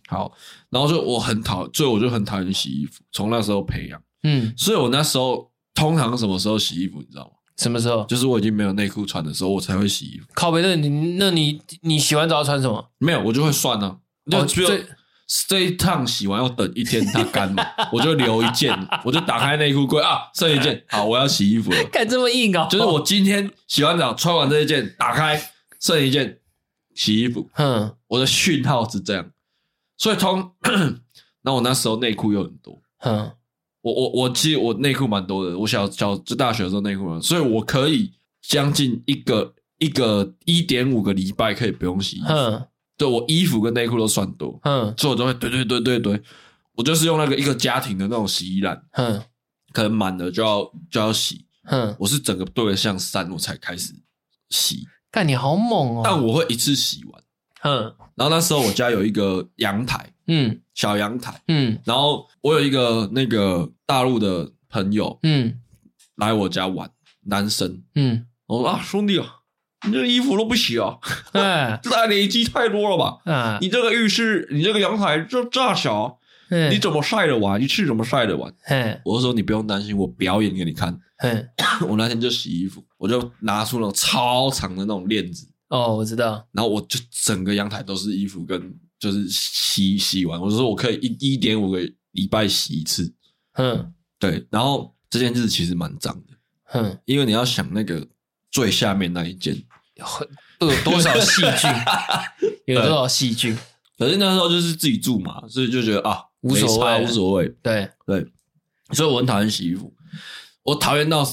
[SPEAKER 1] 好，然后就我很讨，所以我就很讨厌洗衣服，从那时候培养。
[SPEAKER 2] 嗯，
[SPEAKER 1] 所以我那时候通常什么时候洗衣服，你知道吗？
[SPEAKER 2] 什么时候？
[SPEAKER 1] 就是我已经没有内裤穿的时候，我才会洗衣服。
[SPEAKER 2] 靠背，那你那你你洗完澡要穿什么？
[SPEAKER 1] 没有，我就会算呢、
[SPEAKER 2] 哦
[SPEAKER 1] 就只有
[SPEAKER 2] 最
[SPEAKER 1] 这一趟洗完要等一天它干嘛，我就留一件，我就打开内裤柜啊，剩一件，好，我要洗衣服了。
[SPEAKER 2] 干这么硬啊、
[SPEAKER 1] <laughs> 就是我今天洗完澡穿完这一件，打开剩一件洗衣服，
[SPEAKER 2] 哼
[SPEAKER 1] 我的讯号是这样，所以通， <clears throat> 那我那时候内裤又很多，
[SPEAKER 2] 哼，
[SPEAKER 1] 我我我其实我内裤蛮多的，我小小就大学的时候内裤蛮多，所以我可以将近一个一个一点五个礼拜可以不用洗衣服，
[SPEAKER 2] 哼
[SPEAKER 1] 对我衣服跟内裤都算多，
[SPEAKER 2] 哼
[SPEAKER 1] 所以我就会对对对对对，我就是用那个一个家庭的那种洗衣篮，
[SPEAKER 2] 哼
[SPEAKER 1] 可能满了就要就要洗，
[SPEAKER 2] 哼，
[SPEAKER 1] 我是整个对了像三我才开始洗。
[SPEAKER 2] 干你好猛哦！
[SPEAKER 1] 但我会一次洗完。
[SPEAKER 2] 哼
[SPEAKER 1] 然后那时候我家有一个阳台，
[SPEAKER 2] 嗯
[SPEAKER 1] 小阳台，
[SPEAKER 2] 嗯
[SPEAKER 1] 然后我有一个那个大陆的朋友
[SPEAKER 2] 嗯
[SPEAKER 1] 来我家玩，男生，
[SPEAKER 2] 嗯，
[SPEAKER 1] 我说啊兄弟啊，你这衣服都不洗啊，
[SPEAKER 2] 哎
[SPEAKER 1] 这大累积太多了吧？
[SPEAKER 2] 啊，
[SPEAKER 1] 你这个浴室，你这个阳台这这小，啊你
[SPEAKER 2] 你
[SPEAKER 1] 怎么晒得完？你是怎么晒得完？
[SPEAKER 2] 嘿
[SPEAKER 1] 我就说你不用担心，我表演给你看。
[SPEAKER 2] 嘿
[SPEAKER 1] 我那天就洗衣服，我就拿出那种超长的那种链子，
[SPEAKER 2] 哦，我知道，
[SPEAKER 1] 然后我就整个阳台都是衣服跟就是洗洗完，我就说我可以一一点五个礼拜洗一次，
[SPEAKER 2] 哼
[SPEAKER 1] 对，然后这件事其实蛮脏的，
[SPEAKER 2] 哼，
[SPEAKER 1] 因为你要想那个最下面那一件，
[SPEAKER 2] 都有多少细菌？有多少细菌？
[SPEAKER 1] 可是那时候就是自己住嘛，所以就觉得啊
[SPEAKER 2] 无所谓
[SPEAKER 1] 没差无所谓，
[SPEAKER 2] 对，
[SPEAKER 1] 对，所以我很讨厌洗衣服，我讨厌到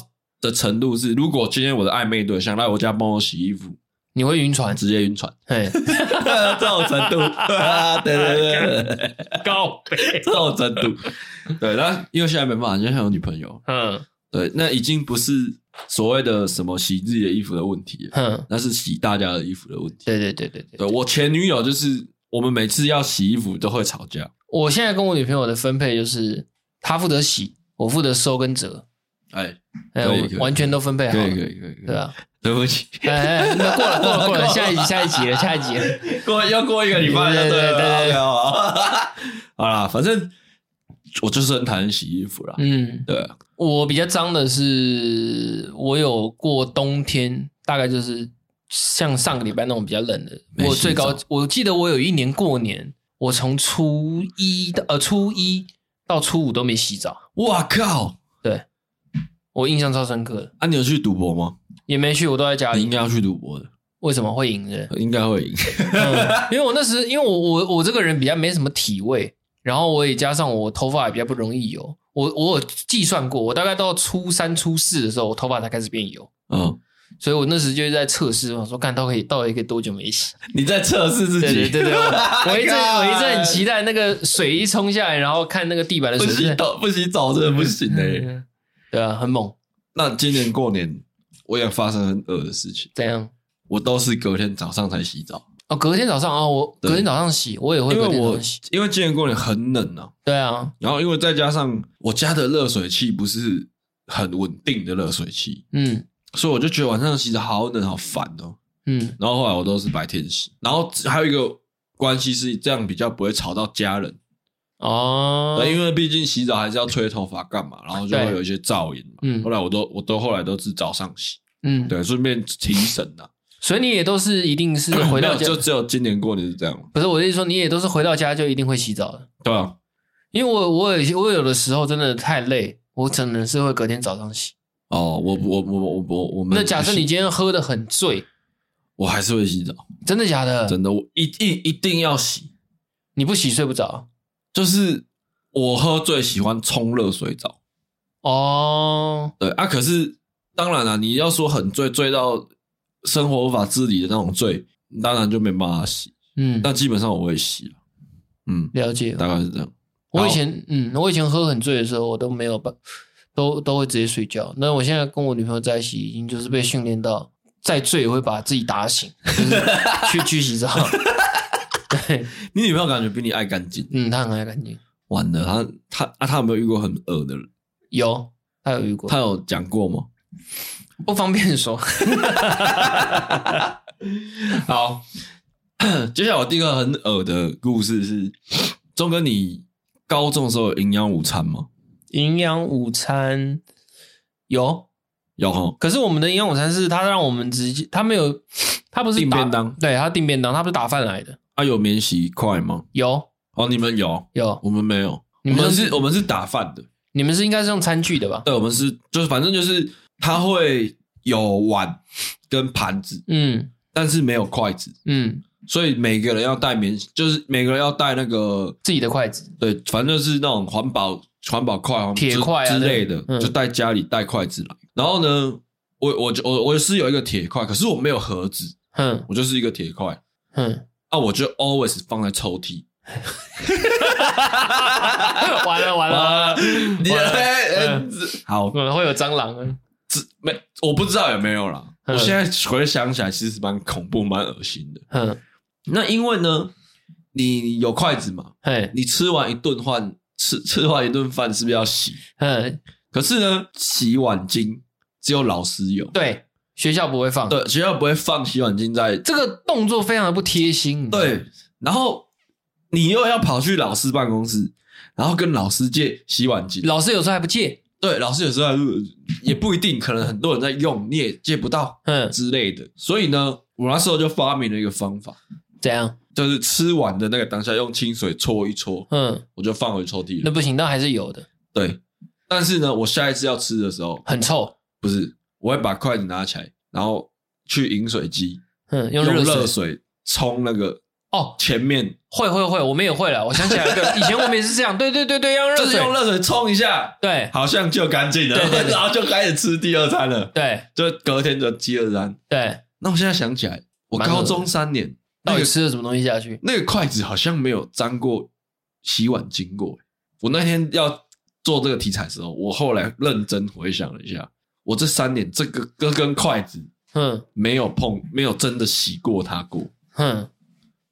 [SPEAKER 1] 的程度是，如果今天我的暧昧对象来我家帮我洗衣服，
[SPEAKER 2] 你会晕船，
[SPEAKER 1] 直接晕船，
[SPEAKER 2] 嘿，
[SPEAKER 1] <laughs> 这种程度， <laughs> 对对对对。
[SPEAKER 2] 高 <laughs> 背，
[SPEAKER 1] 这种程度。对，那因为现在没办法，现在还有女朋友，
[SPEAKER 2] 嗯
[SPEAKER 1] 对，那已经不是所谓的什么洗自己的衣服的问题了，
[SPEAKER 2] 哼，
[SPEAKER 1] 那是洗大家的衣服的问题。
[SPEAKER 2] 对对对对对，
[SPEAKER 1] 对我前女友就是，我们每次要洗衣服都会吵架，
[SPEAKER 2] 我现在跟我女朋友的分配就是，她负责洗，我负责收跟折，
[SPEAKER 1] 哎，
[SPEAKER 2] 哎，
[SPEAKER 1] 可以
[SPEAKER 2] 我
[SPEAKER 1] 可以
[SPEAKER 2] 完全都分配好
[SPEAKER 1] 可以可
[SPEAKER 2] 了，
[SPEAKER 1] 以可以，
[SPEAKER 2] 对啊，
[SPEAKER 1] 对不起，
[SPEAKER 2] 哎哎，那过了过了过了，下一集下一集了下一集了，
[SPEAKER 1] 过要过一个礼拜就对了，
[SPEAKER 2] 对对对对
[SPEAKER 1] 好 <laughs> 好啦，反正我就是很讨厌洗衣服啦，
[SPEAKER 2] 嗯，
[SPEAKER 1] 对啊，
[SPEAKER 2] 我比较脏的是，我有过冬天，大概就是像上个礼拜那种比较冷的。
[SPEAKER 1] 没洗澡
[SPEAKER 2] 我最高，我记得我有一年过年，我从初一到呃初一到初五都没洗澡，
[SPEAKER 1] 哇靠！
[SPEAKER 2] 我印象超深刻的。
[SPEAKER 1] 啊，你有去赌博吗？
[SPEAKER 2] 也没去，我都在家
[SPEAKER 1] 你
[SPEAKER 2] 里
[SPEAKER 1] 应。该要去赌博的，
[SPEAKER 2] 为什么会赢的？
[SPEAKER 1] 应该会赢。
[SPEAKER 2] 嗯因为我那时，因为我我我这个人比较没什么体味，然后我也加上我头发也比较不容易油。我我有计算过，我大概到初三、初四的时候，我头发才开始变油。
[SPEAKER 1] 嗯，
[SPEAKER 2] 所以我那时就在测试，我说看到可以到底可以多久没洗？
[SPEAKER 1] 你在测试自
[SPEAKER 2] 对
[SPEAKER 1] 己，
[SPEAKER 2] 对对对，我
[SPEAKER 1] <laughs>
[SPEAKER 2] 我一直我一直很期
[SPEAKER 1] 待。
[SPEAKER 2] 待那个水一冲下来，然后看那个地板的
[SPEAKER 1] 不
[SPEAKER 2] 水
[SPEAKER 1] 洗
[SPEAKER 2] 是 <laughs>
[SPEAKER 1] 澡，不洗澡真的不行哎、
[SPEAKER 2] 嗯对啊，很猛，
[SPEAKER 1] 那今年过年我也发生很恶的事情，
[SPEAKER 2] 怎样？
[SPEAKER 1] 我都是隔天早上才洗澡，
[SPEAKER 2] 哦，隔天早上啊、哦，我
[SPEAKER 1] 对
[SPEAKER 2] 隔天早上洗，我也会
[SPEAKER 1] 因
[SPEAKER 2] 隔
[SPEAKER 1] 为
[SPEAKER 2] 天早
[SPEAKER 1] 我
[SPEAKER 2] 上洗。
[SPEAKER 1] 因为今年过年很冷啊，
[SPEAKER 2] 对啊，
[SPEAKER 1] 然后因为再加上我家的热水器不是很稳定的热水器，
[SPEAKER 2] 嗯
[SPEAKER 1] 所以我就觉得晚上洗澡好冷好烦哦。
[SPEAKER 2] 嗯
[SPEAKER 1] 然后后来我都是白天洗，然后还有一个关系是这样比较不会吵到家人，
[SPEAKER 2] 哦，
[SPEAKER 1] 对，因为毕竟洗澡还是要吹头发干嘛，然后就会
[SPEAKER 2] 对
[SPEAKER 1] 有一些噪音嘛。
[SPEAKER 2] 嗯
[SPEAKER 1] 后来我都我都后来都是早上洗，
[SPEAKER 2] 嗯，
[SPEAKER 1] 对，顺便提神呐、
[SPEAKER 2] 所以你也都是一定
[SPEAKER 1] <coughs>
[SPEAKER 2] 是
[SPEAKER 1] 啊。
[SPEAKER 2] 回到
[SPEAKER 1] 没
[SPEAKER 2] 家，
[SPEAKER 1] 有就只有今年过年是这样，
[SPEAKER 2] 不是我的意思说你也都是回到家就一定会洗澡的，
[SPEAKER 1] 对啊，
[SPEAKER 2] 因为我我有些我有的时候真的太累，我真的是会隔天早上洗。
[SPEAKER 1] 哦，我我我我我我们
[SPEAKER 2] 那假设你今天喝的很醉，
[SPEAKER 1] 我还是会洗澡，
[SPEAKER 2] 真的假的？
[SPEAKER 1] 真的，我一一一定要洗，
[SPEAKER 2] 你不洗睡不着
[SPEAKER 1] 就是我喝醉喜欢冲热水澡，
[SPEAKER 2] 哦。
[SPEAKER 1] 对啊，可是当然了、你要说很醉，醉到生活无法自理的那种醉，当然就没办法洗，
[SPEAKER 2] 嗯，
[SPEAKER 1] 但基本上我会洗了，嗯，
[SPEAKER 2] 了解。
[SPEAKER 1] 大概是这样。
[SPEAKER 2] 我以前嗯，我以前喝很醉的时候，我都没有办，都都会直接睡觉。那我现在跟我女朋友在一起，已经就是被训练到再醉也会把自己打醒，就是去 <laughs> 去洗澡。对，
[SPEAKER 1] 你女朋友感觉比你爱干净，
[SPEAKER 2] 嗯，她很爱干净。
[SPEAKER 1] 完了，她她啊，她有没有遇过很恶的人？
[SPEAKER 2] 有，她有遇过，
[SPEAKER 1] 她有讲过吗？
[SPEAKER 2] 不方便 <laughs> 说。
[SPEAKER 1] 好， <coughs> 接下来我第一个很恶的故事是，钟哥，你高中的时候有营养午餐吗？
[SPEAKER 2] 营养午餐有，
[SPEAKER 1] 有哈，
[SPEAKER 2] 可是我们的营养午餐是他让我们直接，他没有，他不是
[SPEAKER 1] 订
[SPEAKER 2] 打
[SPEAKER 1] 便当
[SPEAKER 2] 对他订便当，他不是打饭来的，
[SPEAKER 1] 啊，有免洗块吗？
[SPEAKER 2] 有
[SPEAKER 1] 哦，你们有，
[SPEAKER 2] 有，
[SPEAKER 1] 我们没有，
[SPEAKER 2] 你
[SPEAKER 1] 我
[SPEAKER 2] 们
[SPEAKER 1] 们
[SPEAKER 2] 是
[SPEAKER 1] 是，我们是打饭的，
[SPEAKER 2] 你们是应该是用餐具的吧？
[SPEAKER 1] 对，我们是就是反正就是它会有碗跟盘子，
[SPEAKER 2] 嗯
[SPEAKER 1] 但是没有筷子，
[SPEAKER 2] 嗯，
[SPEAKER 1] 所以每个人要带免，就是每个人要带那个
[SPEAKER 2] 自己的筷子，
[SPEAKER 1] 对，反正就是那种环保环保筷、环
[SPEAKER 2] 铁筷啊
[SPEAKER 1] 之之
[SPEAKER 2] 对
[SPEAKER 1] 类的，
[SPEAKER 2] 嗯
[SPEAKER 1] 就带家里带筷子来。然后呢，我我就我我是有一个铁筷，可是我没有盒子，
[SPEAKER 2] 哼
[SPEAKER 1] 我就是一个铁筷
[SPEAKER 2] 哼，
[SPEAKER 1] 啊，我就 always 放在抽屉。
[SPEAKER 2] <laughs> 完了完了，
[SPEAKER 1] 啊，你
[SPEAKER 2] 完了
[SPEAKER 1] 哎哎
[SPEAKER 2] 嗯
[SPEAKER 1] 好，
[SPEAKER 2] 可能 <laughs> 会有蟑螂啊，
[SPEAKER 1] 这没我不知道有没有啦。
[SPEAKER 2] 嗯
[SPEAKER 1] 我现在回想起来，其实蛮恐怖、蛮恶心的。
[SPEAKER 2] 哼
[SPEAKER 1] 那因为呢，你有筷子嘛？
[SPEAKER 2] 嘿
[SPEAKER 1] 你吃完一顿饭，吃吃完一顿饭是不是要洗？
[SPEAKER 2] 哼，
[SPEAKER 1] 可是呢，洗碗巾只有老师有，
[SPEAKER 2] 对，学校不会放，
[SPEAKER 1] 对，学校不会放洗碗巾在
[SPEAKER 2] 这个动作非常的不贴心，你知道吗，
[SPEAKER 1] 对，然后你又要跑去老师办公室，然后跟老师借洗碗巾，
[SPEAKER 2] 老师有时候还不借，
[SPEAKER 1] 对，老师有时候还是也不一定，可能很多人在用，你也借不到
[SPEAKER 2] 哼，
[SPEAKER 1] 之类的。所以呢，我那时候就发明了一个方法，
[SPEAKER 2] 怎样？
[SPEAKER 1] 就是吃完的那个当下用清水搓一搓，
[SPEAKER 2] 嗯，
[SPEAKER 1] 我就放回抽屉了。
[SPEAKER 2] 那不行，但还是有的，
[SPEAKER 1] 对，但是呢，我下一次要吃的时候，
[SPEAKER 2] 很臭，
[SPEAKER 1] 不是我会把筷子拿起来，然后去饮水机
[SPEAKER 2] 嗯，用
[SPEAKER 1] 用
[SPEAKER 2] 热水
[SPEAKER 1] 热水冲那个
[SPEAKER 2] 哦，
[SPEAKER 1] 前面
[SPEAKER 2] 会会会，我们也会了。我想起来
[SPEAKER 1] <laughs>
[SPEAKER 2] 一个，以前我们也是这样，对对对对，要用热
[SPEAKER 1] 就是
[SPEAKER 2] 水，
[SPEAKER 1] 用热水冲一下，
[SPEAKER 2] 对
[SPEAKER 1] 好像就干净了，
[SPEAKER 2] 对对对
[SPEAKER 1] 然后就开始吃第二餐了，
[SPEAKER 2] 对
[SPEAKER 1] 就隔天的饥饿餐。
[SPEAKER 2] 对，
[SPEAKER 1] 那我现在想起来，我
[SPEAKER 2] 蛮恶
[SPEAKER 1] 高
[SPEAKER 2] 的
[SPEAKER 1] 中三年那
[SPEAKER 2] 到底
[SPEAKER 1] 个
[SPEAKER 2] 吃了什么东西下去？
[SPEAKER 1] 那个筷子好像没有沾过洗碗巾过。我那天要做这个题材的时候，我后来认真回想了一下，我这三年这个这根筷子
[SPEAKER 2] 哼
[SPEAKER 1] 没有碰，没有真的洗过它过 <laughs>
[SPEAKER 2] 哼，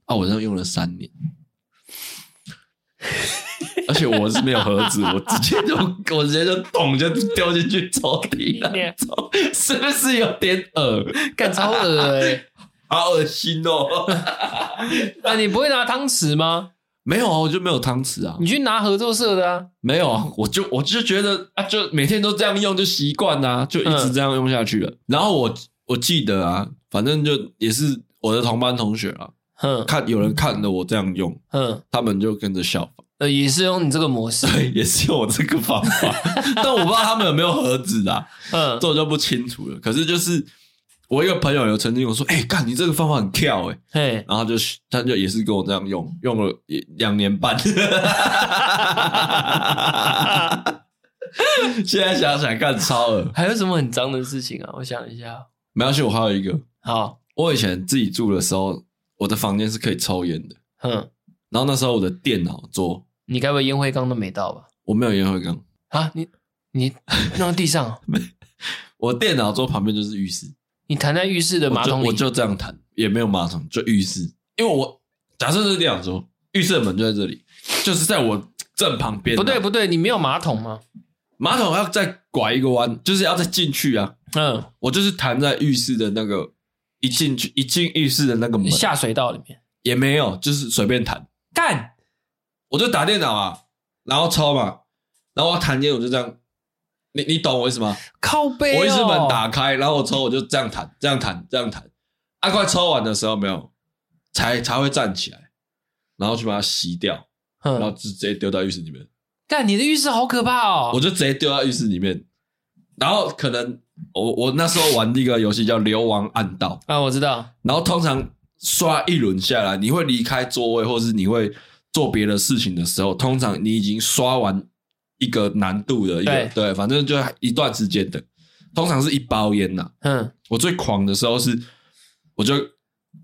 [SPEAKER 1] 啊！我这样用了三年，而且我是没有盒子，我直接就我直接就咚就丢进去抽屉了，是不是有点恶？
[SPEAKER 2] 干超恶的欸。
[SPEAKER 1] 好恶心哦！
[SPEAKER 2] 啊，你不会拿汤匙吗？
[SPEAKER 1] 没有啊，我就没有汤匙啊
[SPEAKER 2] 你，去拿合作社的啊。
[SPEAKER 1] 没有啊，我就我就觉得啊，就每天都这样用就习惯啦，就一
[SPEAKER 2] 嗯
[SPEAKER 1] 直这样用下去了。然后我我记得啊，反正就也是我的同班同学啊，
[SPEAKER 2] 哼
[SPEAKER 1] 看有人看着我这样用，
[SPEAKER 2] 哼，
[SPEAKER 1] 他们就跟着效仿，
[SPEAKER 2] 呃，也是用你这个
[SPEAKER 1] <laughs>
[SPEAKER 2] 模式。
[SPEAKER 1] 对，也是用我这个方法，但我不知道他们有没有盒子啊，
[SPEAKER 2] 嗯，
[SPEAKER 1] 这我就不清楚了。可是就是我一个朋友有曾经跟我说，哎、干你这个方法很跳哎、
[SPEAKER 2] 嘿，
[SPEAKER 1] 然后他就他就也是跟我这样用，用了也两年半。现在想想看，超了。
[SPEAKER 2] 还有什么很脏的事情啊？我想一下。
[SPEAKER 1] 没关系，我还有一个，
[SPEAKER 2] 好，
[SPEAKER 1] 我以前自己住的时候，我的房间是可以抽烟的。
[SPEAKER 2] 哼，
[SPEAKER 1] 然后那时候我的电脑桌
[SPEAKER 2] 你该不会烟灰缸都没到吧？
[SPEAKER 1] 我没有烟灰缸，
[SPEAKER 2] 啊，你你弄到地上哦，
[SPEAKER 1] 我电脑桌旁边就是浴室，
[SPEAKER 2] 你躺在浴室的马桶里，
[SPEAKER 1] 我就我就这样弹，也没有马桶，就浴室。因为我假设是电脑桌，哦浴室的门就在这里，就是在我正旁边啊。
[SPEAKER 2] 不对不对，你没有马桶吗？
[SPEAKER 1] 马桶要再拐一个弯，就是要再进去啊。
[SPEAKER 2] 嗯，
[SPEAKER 1] 我就是弹在浴室的那个，一进去一进浴室的那个门
[SPEAKER 2] 下水道里面
[SPEAKER 1] 也没有，就是随便弹。
[SPEAKER 2] 干，
[SPEAKER 1] 我就打电脑啊，然后抽嘛，然后我要弹烟，我就这样，你你懂我意思吗？
[SPEAKER 2] 靠背、哦，
[SPEAKER 1] 我一直门打开，然后我抽，我就这样弹，这样弹，这样弹。啊，快抽完的时候没有，才才会站起来，然后去把它吸掉，然后
[SPEAKER 2] 嗯，
[SPEAKER 1] 直直接丢到浴室里面。
[SPEAKER 2] 干你的浴室好可怕哦！
[SPEAKER 1] 我就直接丢到浴室里面。然后可能我我那时候玩一个游戏叫《流亡暗道
[SPEAKER 2] 啊，我知道，》，
[SPEAKER 1] 然后通常刷一轮下来，你会离开座位，或是你会做别的事情的时候，通常你已经刷完一个难度的一个
[SPEAKER 2] 对
[SPEAKER 1] 对反正就一段时间的，通常是一包烟呐、
[SPEAKER 2] 嗯
[SPEAKER 1] 我最狂的时候是，我就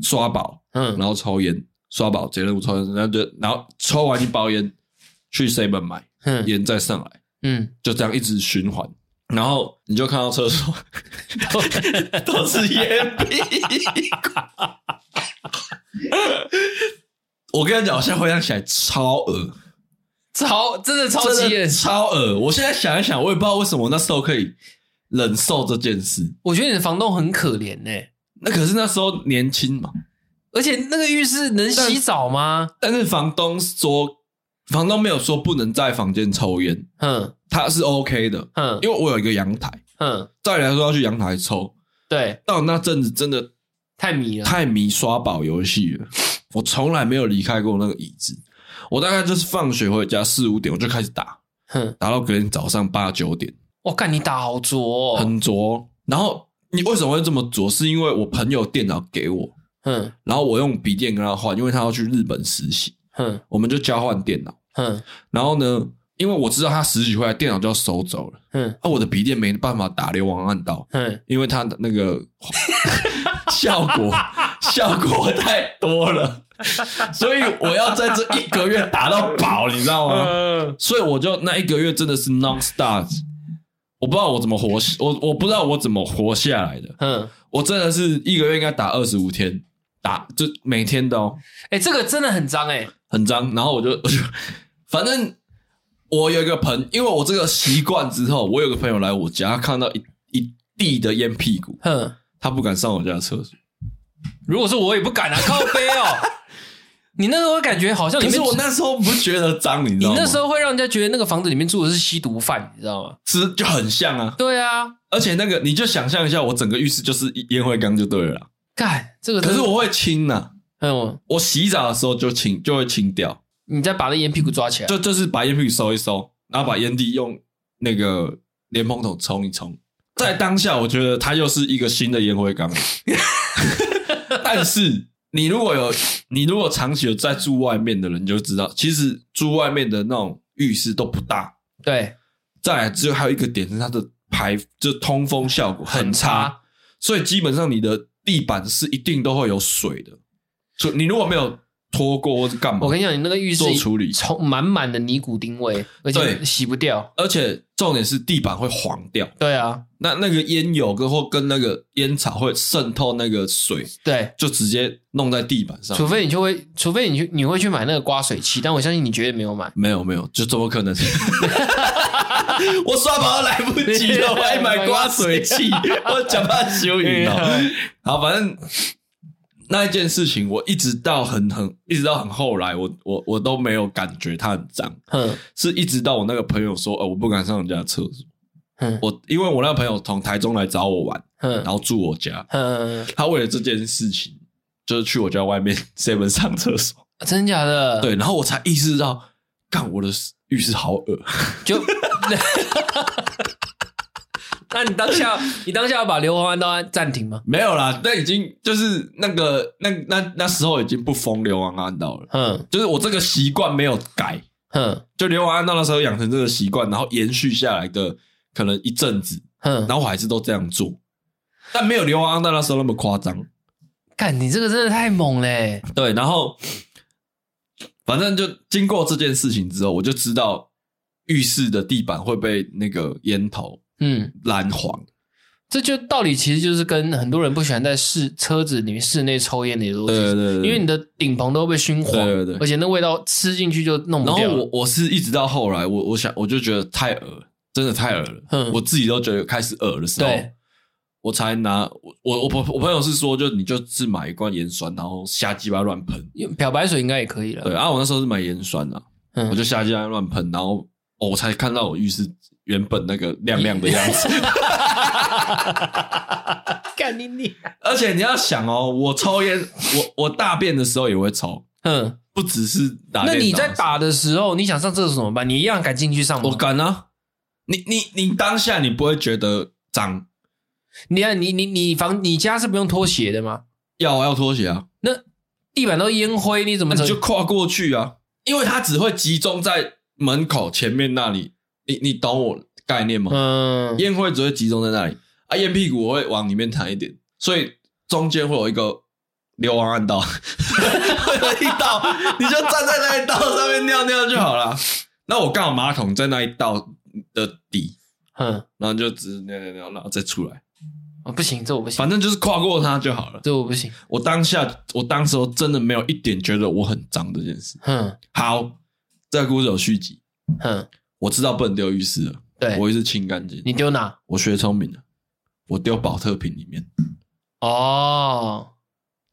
[SPEAKER 1] 刷宝，然
[SPEAKER 2] 嗯
[SPEAKER 1] 后抽烟，刷宝接任务抽烟，然后就然后抽完一包烟去 seven 买
[SPEAKER 2] 嗯
[SPEAKER 1] 烟再上来。
[SPEAKER 2] 嗯，
[SPEAKER 1] 就这样一直循环，然后你就看到厕所 <laughs> 都是烟屁股。我跟你讲，我现在回想起来超恶，
[SPEAKER 2] 超真的超
[SPEAKER 1] 真
[SPEAKER 2] 级
[SPEAKER 1] 的
[SPEAKER 2] 眼，
[SPEAKER 1] 超恶。我现在想一想，我也不知道为什么那时候可以忍受这件事。
[SPEAKER 2] 我觉得你的房东很可怜呢、
[SPEAKER 1] 那可是那时候年轻嘛，
[SPEAKER 2] 而且那个浴室能洗澡吗？
[SPEAKER 1] 但是房东说，房东没有说不能在房间抽烟，
[SPEAKER 2] 嗯
[SPEAKER 1] 他是 OK 的，
[SPEAKER 2] 嗯
[SPEAKER 1] 因为我有一个阳台，
[SPEAKER 2] 嗯，
[SPEAKER 1] 照理来说要去阳台抽。
[SPEAKER 2] 对，
[SPEAKER 1] 但我那阵子真的
[SPEAKER 2] 太迷了，
[SPEAKER 1] 太迷刷宝游戏了，我从来没有离开过那个椅子。我大概就是放学回家四五点，我就开始打，
[SPEAKER 2] 哼，
[SPEAKER 1] 打到隔天早上八九点，
[SPEAKER 2] 我干你打好拙、哦，
[SPEAKER 1] 很拙。然后你为什么会这么拙？是因为我朋友电脑给我，
[SPEAKER 2] 哼
[SPEAKER 1] 然后我用笔电跟他换，因为他要去日本实习，
[SPEAKER 2] 哼
[SPEAKER 1] 我们就交换电脑。
[SPEAKER 2] 哼
[SPEAKER 1] 然后呢，因为我知道他实习回来电脑就要收走了，
[SPEAKER 2] 哼
[SPEAKER 1] 啊，我的笔电没办法打流亡暗道，
[SPEAKER 2] 哼，
[SPEAKER 1] 因为他那个 <laughs> 效果效果太多了，所以我要在这一个月打到饱，你知道吗？
[SPEAKER 2] 嗯
[SPEAKER 1] 所以我就那一个月真的是 non start，我不知道我怎么活，我我不知道我怎么活下来的，
[SPEAKER 2] 哼，
[SPEAKER 1] 我真的是一个月应该打二十五天，打就每天哦都、
[SPEAKER 2] 哎、这个真的很脏哎、
[SPEAKER 1] 很脏，然后我就 <laughs> 我就反正我有一个朋，因为我这个习惯之后，我有个朋友来我家，他看到一一地的烟屁股，
[SPEAKER 2] 哼，
[SPEAKER 1] 他不敢上我家的厕所。
[SPEAKER 2] 如果是我也不敢啊，靠背
[SPEAKER 1] <laughs>
[SPEAKER 2] 哦。你那时候会感觉好像里
[SPEAKER 1] 可
[SPEAKER 2] 面
[SPEAKER 1] 是我那时候不觉得脏，你知
[SPEAKER 2] 你
[SPEAKER 1] 道吗？
[SPEAKER 2] 那时候会让人家觉得那个房子里面住的是吸毒犯，你知道吗？
[SPEAKER 1] 是就很像啊，
[SPEAKER 2] 对啊，
[SPEAKER 1] 而且那个你就想象一下，我整个浴室就是一烟灰缸就对了啦。
[SPEAKER 2] 干这个真
[SPEAKER 1] 可
[SPEAKER 2] 的。
[SPEAKER 1] 是我会清呐、
[SPEAKER 2] 嗯，
[SPEAKER 1] 我洗澡的时候就清，就会清掉，
[SPEAKER 2] 你再把那烟屁股抓起来，
[SPEAKER 1] 就就是把烟屁股收一收，然后把烟蒂用那个莲蓬头冲一冲。在当下，我觉得它又是一个新的烟灰
[SPEAKER 2] <laughs>
[SPEAKER 1] 缸了。但是你如果有你如果长期有在住外面的人，你就知道，其实住外面的那种浴室都不大，
[SPEAKER 2] 对，
[SPEAKER 1] 再来之后还有一个点是它的排就通风效果很
[SPEAKER 2] 很
[SPEAKER 1] 差
[SPEAKER 2] 差，
[SPEAKER 1] 所以基本上你的地板是一定都会有水的。所以你如果没有脱锅或是干嘛。
[SPEAKER 2] 我跟你讲，你那个浴室
[SPEAKER 1] 做处理
[SPEAKER 2] 充满满的尼古丁味，而且
[SPEAKER 1] 对
[SPEAKER 2] 洗不掉。
[SPEAKER 1] 而且重点是地板会黄掉，
[SPEAKER 2] 对啊，
[SPEAKER 1] 那那个烟油跟或跟那个烟草会渗透那个水，
[SPEAKER 2] 对，
[SPEAKER 1] 就直接弄在地板上。
[SPEAKER 2] 除非你就会，除非你去你会去买那个刮水器，但我相信你绝对没有买。
[SPEAKER 1] 没有没有，就怎么可能？ <laughs> 我刷毛都来不及了，我还买刮水器，我讲怕修云了。好，反正那一件事情，我一直到很很，一直到很后来，我我我都没有感觉它很脏，
[SPEAKER 2] 哼
[SPEAKER 1] 是一直到我那个朋友说，呃，我不敢上人家的厕所。
[SPEAKER 2] 哼
[SPEAKER 1] 我因为我那个朋友从台中来找我玩，
[SPEAKER 2] 哼
[SPEAKER 1] 然后住我家，
[SPEAKER 2] 哼，
[SPEAKER 1] 他为了这件事情，就是去我家外面 <laughs> seven 上厕所。
[SPEAKER 2] 真假的？，
[SPEAKER 1] 对，然后我才意识到，干我的浴室好恶。 <laughs>
[SPEAKER 2] 就。 <laughs> 那你当下，你当下要把硫磺按到按暂停吗？
[SPEAKER 1] 没有啦，那已经就是那个那那那时候已经不封流亡暗道了，
[SPEAKER 2] 哼
[SPEAKER 1] 就是我这个习惯没有改，
[SPEAKER 2] 哼
[SPEAKER 1] 就流亡暗道那时候养成这个习惯，然后延续下来的可能一阵子，
[SPEAKER 2] 哼
[SPEAKER 1] 然，后我还是都这样做，但没有流亡暗道那时候那么夸张。
[SPEAKER 2] 干，你这个真的太猛欸嘞！
[SPEAKER 1] 对，然后反正就经过这件事情之后，我就知道浴室的地板会被那个烟头
[SPEAKER 2] 嗯，
[SPEAKER 1] 染黄。
[SPEAKER 2] 这就道理其实就是跟很多人不喜欢在室车子里面室内抽烟的逻辑，
[SPEAKER 1] 对对对对
[SPEAKER 2] 因为你的顶棚都被熏黄，
[SPEAKER 1] 对对对
[SPEAKER 2] 而且那味道吃进去就弄不
[SPEAKER 1] 然后
[SPEAKER 2] 掉
[SPEAKER 1] 我
[SPEAKER 2] 了。
[SPEAKER 1] 我是一直到后来，我我想我就觉得太恶，真的太恶了，
[SPEAKER 2] 嗯
[SPEAKER 1] 我自己都觉得开始恶的时候
[SPEAKER 2] 对，
[SPEAKER 1] 我才拿我我我朋我朋友是说，就你就自买一罐盐酸，然后瞎鸡巴乱喷。
[SPEAKER 2] 用漂白水应该也可以了。
[SPEAKER 1] 对啊，我那时候是买盐酸啊，
[SPEAKER 2] 嗯
[SPEAKER 1] 我就瞎鸡巴乱喷，然后、哦我才看到我浴室原本那个亮亮的样 <laughs> 子。
[SPEAKER 2] 干你你，
[SPEAKER 1] 而且你要想哦，我抽烟，
[SPEAKER 2] <laughs>
[SPEAKER 1] 我我大便的时候也会抽，
[SPEAKER 2] 嗯，
[SPEAKER 1] 不只是打电脑的时候。
[SPEAKER 2] 那你在打的时候，你想上厕所怎么办？你一样敢进去上吗
[SPEAKER 1] 我？敢啊！你你你当下你不会觉得脏？
[SPEAKER 2] 你看你你你房你家是不用脱鞋的吗？
[SPEAKER 1] 要啊，要脱鞋啊，
[SPEAKER 2] 那地板都烟灰，你怎么
[SPEAKER 1] 那
[SPEAKER 2] 走
[SPEAKER 1] 你就跨过去啊，因为它只会集中在门口前面那里。你你懂我概念吗？
[SPEAKER 2] 嗯
[SPEAKER 1] 烟灰只会集中在那里啊，烟屁股我会往里面弹一点，所以中间会有一个流亡暗道， <laughs> 会有一道，你就站在那一道上面尿尿就好了。那我刚好马桶在那一道的底，
[SPEAKER 2] 嗯、
[SPEAKER 1] 然后就只尿尿尿，然后再出来，
[SPEAKER 2] 哦，不行，这我不行，
[SPEAKER 1] 反正就是跨过它就好了。
[SPEAKER 2] 这我不行。
[SPEAKER 1] 我当下，我当时候真的没有一点觉得我很脏这件事。
[SPEAKER 2] 哼
[SPEAKER 1] 好，这个故事有续集，
[SPEAKER 2] 哼，
[SPEAKER 1] 我知道不能丢浴室了，
[SPEAKER 2] 对
[SPEAKER 1] 我一直清干净。
[SPEAKER 2] 你丢哪？
[SPEAKER 1] 我学聪明了，我丢保特瓶里面。
[SPEAKER 2] 哦，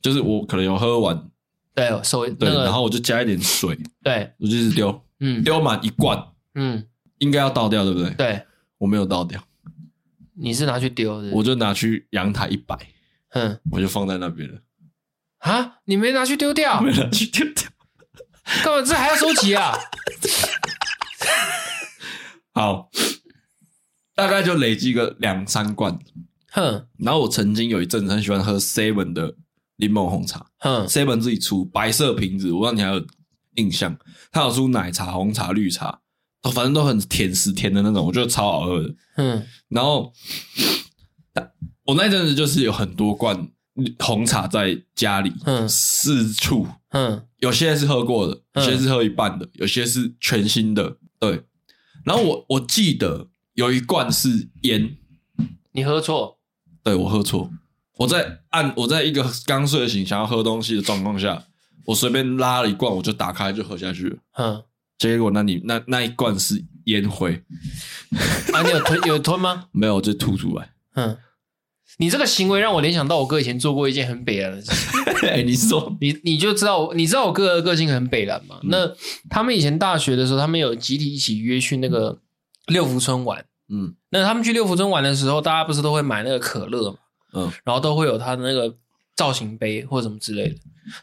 [SPEAKER 1] 就是我可能有喝完，
[SPEAKER 2] 对手
[SPEAKER 1] 对，
[SPEAKER 2] 那个
[SPEAKER 1] 然后我就加一点水，
[SPEAKER 2] 对，
[SPEAKER 1] 我就一直丢，
[SPEAKER 2] 嗯
[SPEAKER 1] 丢满一罐，
[SPEAKER 2] 嗯，
[SPEAKER 1] 应该要倒掉，对不对？
[SPEAKER 2] 对，
[SPEAKER 1] 我没有倒掉，
[SPEAKER 2] 你是拿去丢的，
[SPEAKER 1] 我就拿去阳台一摆，
[SPEAKER 2] 嗯
[SPEAKER 1] 我就放在那边了，
[SPEAKER 2] 啊，你没拿去丢掉，
[SPEAKER 1] 没拿去丢掉。
[SPEAKER 2] 干嘛这还要收集啊？
[SPEAKER 1] 好，大概就累积个两三罐。
[SPEAKER 2] 哼
[SPEAKER 1] 然后我曾经有一阵子很喜欢喝 Seven 的柠檬红茶
[SPEAKER 2] 哼
[SPEAKER 1] ，Seven 自己出白色瓶子，我不知道你还有印象，它有出奶茶、红茶、绿茶，哦反正都很甜食甜的那种，我觉得超好喝的。
[SPEAKER 2] 哼
[SPEAKER 1] 然后我那阵子就是有很多罐红茶在家里，
[SPEAKER 2] 嗯
[SPEAKER 1] 四处
[SPEAKER 2] 哼，
[SPEAKER 1] 有些是喝过的，有
[SPEAKER 2] 嗯
[SPEAKER 1] 些是喝一半的，有些是全新的，对。然后我我记得有一罐是烟，
[SPEAKER 2] 你喝错，
[SPEAKER 1] 对我喝错，我在按我在一个刚睡醒想要喝东西的状况下，我随便拉了一罐，我就打开就喝下去了。
[SPEAKER 2] 哼
[SPEAKER 1] 结果那里那那一罐是烟灰，
[SPEAKER 2] 啊，你有吞有吞吗？
[SPEAKER 1] 没有就吐出来。 <laughs>
[SPEAKER 2] 哼，你这个行为让我联想到我哥以前做过一件很北蓝的事情。
[SPEAKER 1] 哎，你是说
[SPEAKER 2] 你你就知道我，你知道我哥的个性很北蓝嘛？那他们以前大学的时候，他们有集体一起约去那个六福村玩。
[SPEAKER 1] 嗯
[SPEAKER 2] 那他们去六福村玩的时候，大家不是都会买那个可乐嘛？
[SPEAKER 1] 嗯
[SPEAKER 2] 然后都会有他的那个造型杯或什么之类的。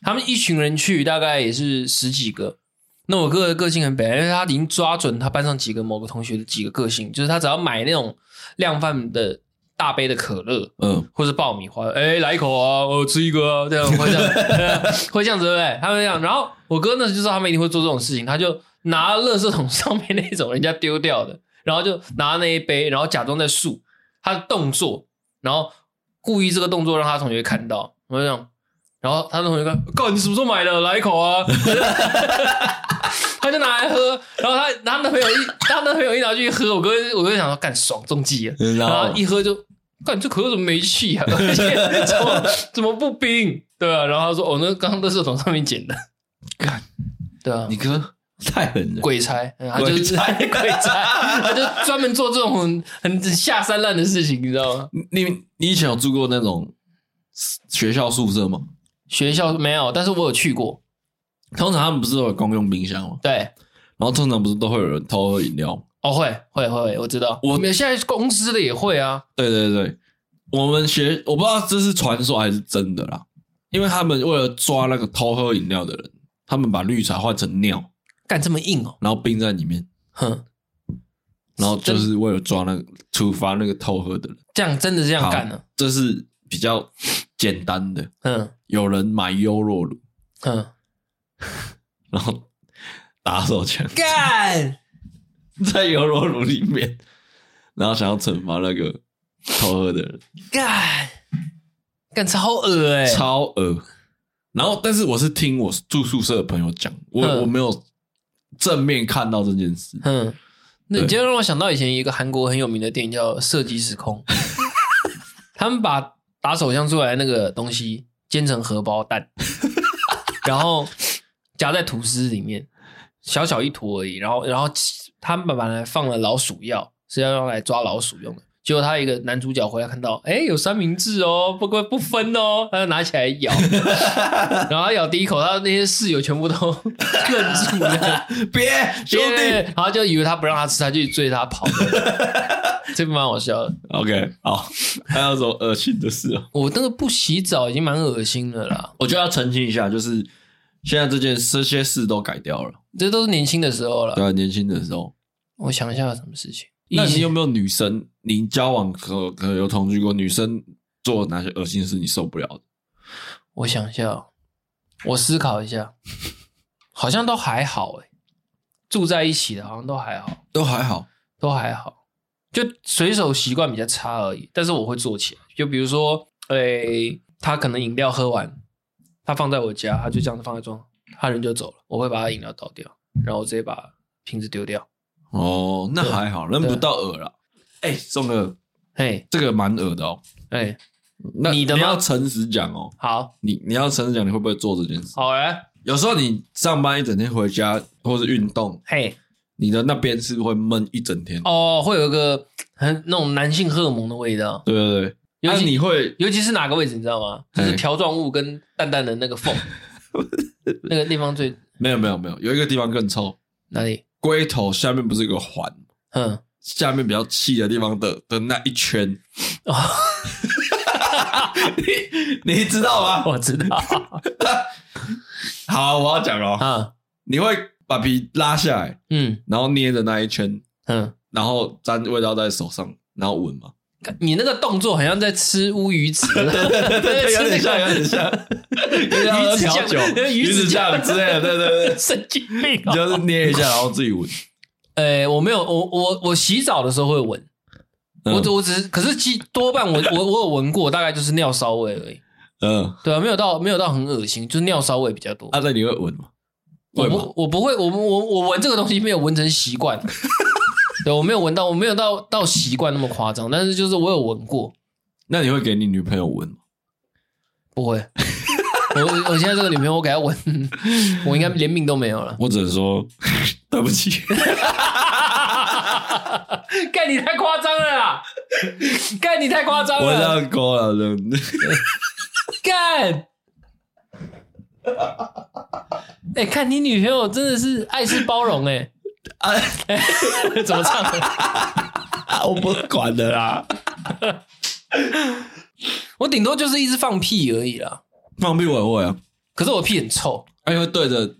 [SPEAKER 2] 他们一群人去，大概也是十几个。那我哥的个性很北，因为他已经抓准他班上几个某个同学的几个个性，就是他只要买那种量贩的大杯的可乐
[SPEAKER 1] 嗯
[SPEAKER 2] 或是爆米花，哎，来一口啊，我吃一个啊，这样会这样 <laughs> 会这样子对不对？他们这样，然后我哥那时候就知道他们一定会做这种事情，他就拿垃圾桶上面那种人家丢掉的，然后就拿那一杯，然后假装在数他的动作，然后故意这个动作让他同学看到，我就这样然后他的同学说：“告你什么时候买的？来一口啊！” <laughs> 他就拿来喝，然后他他男朋友一他男朋友一拿去喝，我哥我哥就想说干爽中计了，
[SPEAKER 1] 然
[SPEAKER 2] 然
[SPEAKER 1] 后
[SPEAKER 2] 后一喝就干这可乐怎么没气啊？ <laughs> 而且怎么怎么不冰？对啊，然后他说：“哦，那刚刚垃圾桶上面捡的。”
[SPEAKER 1] 干，
[SPEAKER 2] 对啊，
[SPEAKER 1] 你哥 <laughs> 太狠了，
[SPEAKER 2] 鬼差，嗯他就
[SPEAKER 1] 鬼
[SPEAKER 2] 是
[SPEAKER 1] 差
[SPEAKER 2] 鬼差，他就专门做这种很很下三滥的事情，你知道吗？
[SPEAKER 1] 你你以前有住过那种学校宿舍吗？
[SPEAKER 2] 学校没有，但是我有去过，
[SPEAKER 1] 通常他们不是都有公用冰箱吗？
[SPEAKER 2] 对，
[SPEAKER 1] 然后通常不是都会有人偷喝饮料吗？
[SPEAKER 2] 哦，会会会，我知道，
[SPEAKER 1] 我
[SPEAKER 2] 们现在公司的也会啊，
[SPEAKER 1] 对对对，我们学我不知道这是传说还是真的啦，因为他们为了抓那个偷喝饮料的人，他们把绿茶换成尿，
[SPEAKER 2] 干这么硬哦，
[SPEAKER 1] 然后冰在里面，
[SPEAKER 2] 哼，
[SPEAKER 1] 然后就是为了抓那个处罚那个偷喝的人。
[SPEAKER 2] 这样真的这样
[SPEAKER 1] 好
[SPEAKER 2] 干呢、哦
[SPEAKER 1] 这是比较简单的。
[SPEAKER 2] 嗯
[SPEAKER 1] 有人买优酪乳，
[SPEAKER 2] 嗯，
[SPEAKER 1] 然后打手枪
[SPEAKER 2] 干，
[SPEAKER 1] <laughs> 在优酪乳里面，然后想要惩罚那个偷喝的人，
[SPEAKER 2] 干，干超恶哎、
[SPEAKER 1] 超恶。然后，但是我是听我住宿舍的朋友讲，我
[SPEAKER 2] 嗯
[SPEAKER 1] 我没有正面看到这件事。
[SPEAKER 2] 嗯，那你
[SPEAKER 1] 对
[SPEAKER 2] 就让我想到以前一个韩国很有名的电影叫《射击时空》，他们把打手枪出来的那个东西煎成荷包蛋，然后夹在吐司里面，小小一坨而已。然后，然后他们本来放了老鼠药，是要用来抓老鼠用的。结果他一个男主角回来看到，哎，有三明治哦，不过不分哦，他就拿起来咬，然后他咬第一口，他那些室友全部都 <laughs> 愣住了。
[SPEAKER 1] 别兄弟
[SPEAKER 2] 然后就以为他不让他吃，他就追
[SPEAKER 1] <laughs>
[SPEAKER 2] 他跑，这蛮好笑的。
[SPEAKER 1] ，OK，好，还有什么恶心的事啊？
[SPEAKER 2] 我那个不洗澡已经蛮恶心的啦，
[SPEAKER 1] <laughs> 我就要澄清一下，就是现在这件这些事都改掉了。
[SPEAKER 2] 这都是年轻的时候了。
[SPEAKER 1] 对啊，年轻的时候，
[SPEAKER 2] 我想一下有什么事情，
[SPEAKER 1] 那
[SPEAKER 2] 以
[SPEAKER 1] 你
[SPEAKER 2] 前
[SPEAKER 1] 有没有女生？你交往可可有同居过女生做哪些恶心事你受不了的？
[SPEAKER 2] 我想一下哦，我思考一下，好像都还好诶、住在一起的好像都还好，
[SPEAKER 1] 都还好，
[SPEAKER 2] 都还好，就随手习惯比较差而已。但是我会做起来，就比如说，诶、他可能饮料喝完，他放在我家，他就这样子放在桌，他人就走了，我会把他饮料倒掉，然后我直接把瓶子丢掉。
[SPEAKER 1] 哦，那还好，那不到恶了。哎，宋哥，
[SPEAKER 2] 嘿，
[SPEAKER 1] 这个蛮恶的哦。
[SPEAKER 2] 哎、
[SPEAKER 1] 那
[SPEAKER 2] 你的吗
[SPEAKER 1] 要诚实讲哦，
[SPEAKER 2] 好，
[SPEAKER 1] 你你要诚实讲，你会不会做这件事？
[SPEAKER 2] 好来，
[SPEAKER 1] 有时候你上班一整天回家，或是运动，
[SPEAKER 2] 嘿，
[SPEAKER 1] 你的那边是会闷一整天。
[SPEAKER 2] 哦，会有一个很那种男性荷尔蒙的味道，
[SPEAKER 1] 对对对，
[SPEAKER 2] 尤
[SPEAKER 1] 那
[SPEAKER 2] 其、
[SPEAKER 1] 你会
[SPEAKER 2] 尤其是哪个位置，你知道吗？就是
[SPEAKER 1] 嘿
[SPEAKER 2] 条状物跟蛋蛋的那个 <laughs> 缝，那个地方最
[SPEAKER 1] 没有没有没有，有一个地方更臭，
[SPEAKER 2] 哪里？
[SPEAKER 1] 龟头下面不是有个环，
[SPEAKER 2] 嗯，
[SPEAKER 1] 下面比较细的地方的的那一圈。
[SPEAKER 2] 哦，
[SPEAKER 1] <laughs> 你你知道吗？
[SPEAKER 2] 我知道
[SPEAKER 1] 好，我要讲了哦。
[SPEAKER 2] 啊，
[SPEAKER 1] 你会把皮拉下来，
[SPEAKER 2] 嗯
[SPEAKER 1] 然后捏着那一圈，
[SPEAKER 2] 嗯。
[SPEAKER 1] 然后沾味道在手上，然后闻嘛。 <laughs>
[SPEAKER 2] 你那个动作好像在吃乌鱼子，
[SPEAKER 1] 有点像，有点像，有点像
[SPEAKER 2] 鱼子
[SPEAKER 1] 调
[SPEAKER 2] 酱
[SPEAKER 1] 酒、
[SPEAKER 2] 鱼
[SPEAKER 1] 鱼
[SPEAKER 2] 子
[SPEAKER 1] 子酱
[SPEAKER 2] 酱
[SPEAKER 1] 之类的。对对对，
[SPEAKER 2] 神经病
[SPEAKER 1] <laughs> 你
[SPEAKER 2] 哦！
[SPEAKER 1] 就是捏一下，然后自己闻。
[SPEAKER 2] 哎，我没有，我我我洗澡的时候会闻，
[SPEAKER 1] 嗯
[SPEAKER 2] 我只我只是，可是其多半我我我有闻过，大概就是尿骚味而已，
[SPEAKER 1] 嗯，
[SPEAKER 2] 对啊，没有到没有到很恶心，就是尿骚味比较多。
[SPEAKER 1] 阿在你会闻吗？
[SPEAKER 2] 我
[SPEAKER 1] 啊会吗
[SPEAKER 2] 不我不会，我我我闻这个东西没有闻成习
[SPEAKER 1] <laughs>
[SPEAKER 2] 惯，对我没有闻到，我没有到到习惯那么夸张，但是就是我有闻过，
[SPEAKER 1] 那你会给你女朋友闻吗？
[SPEAKER 2] 不会。我我现在这个女朋友，我给她闻，我应该连命都没有了。
[SPEAKER 1] 我只能说 <laughs> 对不起，
[SPEAKER 2] <laughs> 干你太夸张了啦！干你太夸张
[SPEAKER 1] 我这
[SPEAKER 2] 了！
[SPEAKER 1] 样勾了，真的。
[SPEAKER 2] 干！哎、看你女朋友真的是爱是包容哎、 <laughs>
[SPEAKER 1] 啊
[SPEAKER 2] 怎么
[SPEAKER 1] <laughs>
[SPEAKER 2] 唱？
[SPEAKER 1] 啊，我不管的啦。
[SPEAKER 2] 我顶多就是一直放屁而已啦。
[SPEAKER 1] 放屁我也会啊，
[SPEAKER 2] 可是我屁很臭，
[SPEAKER 1] 哎，会对着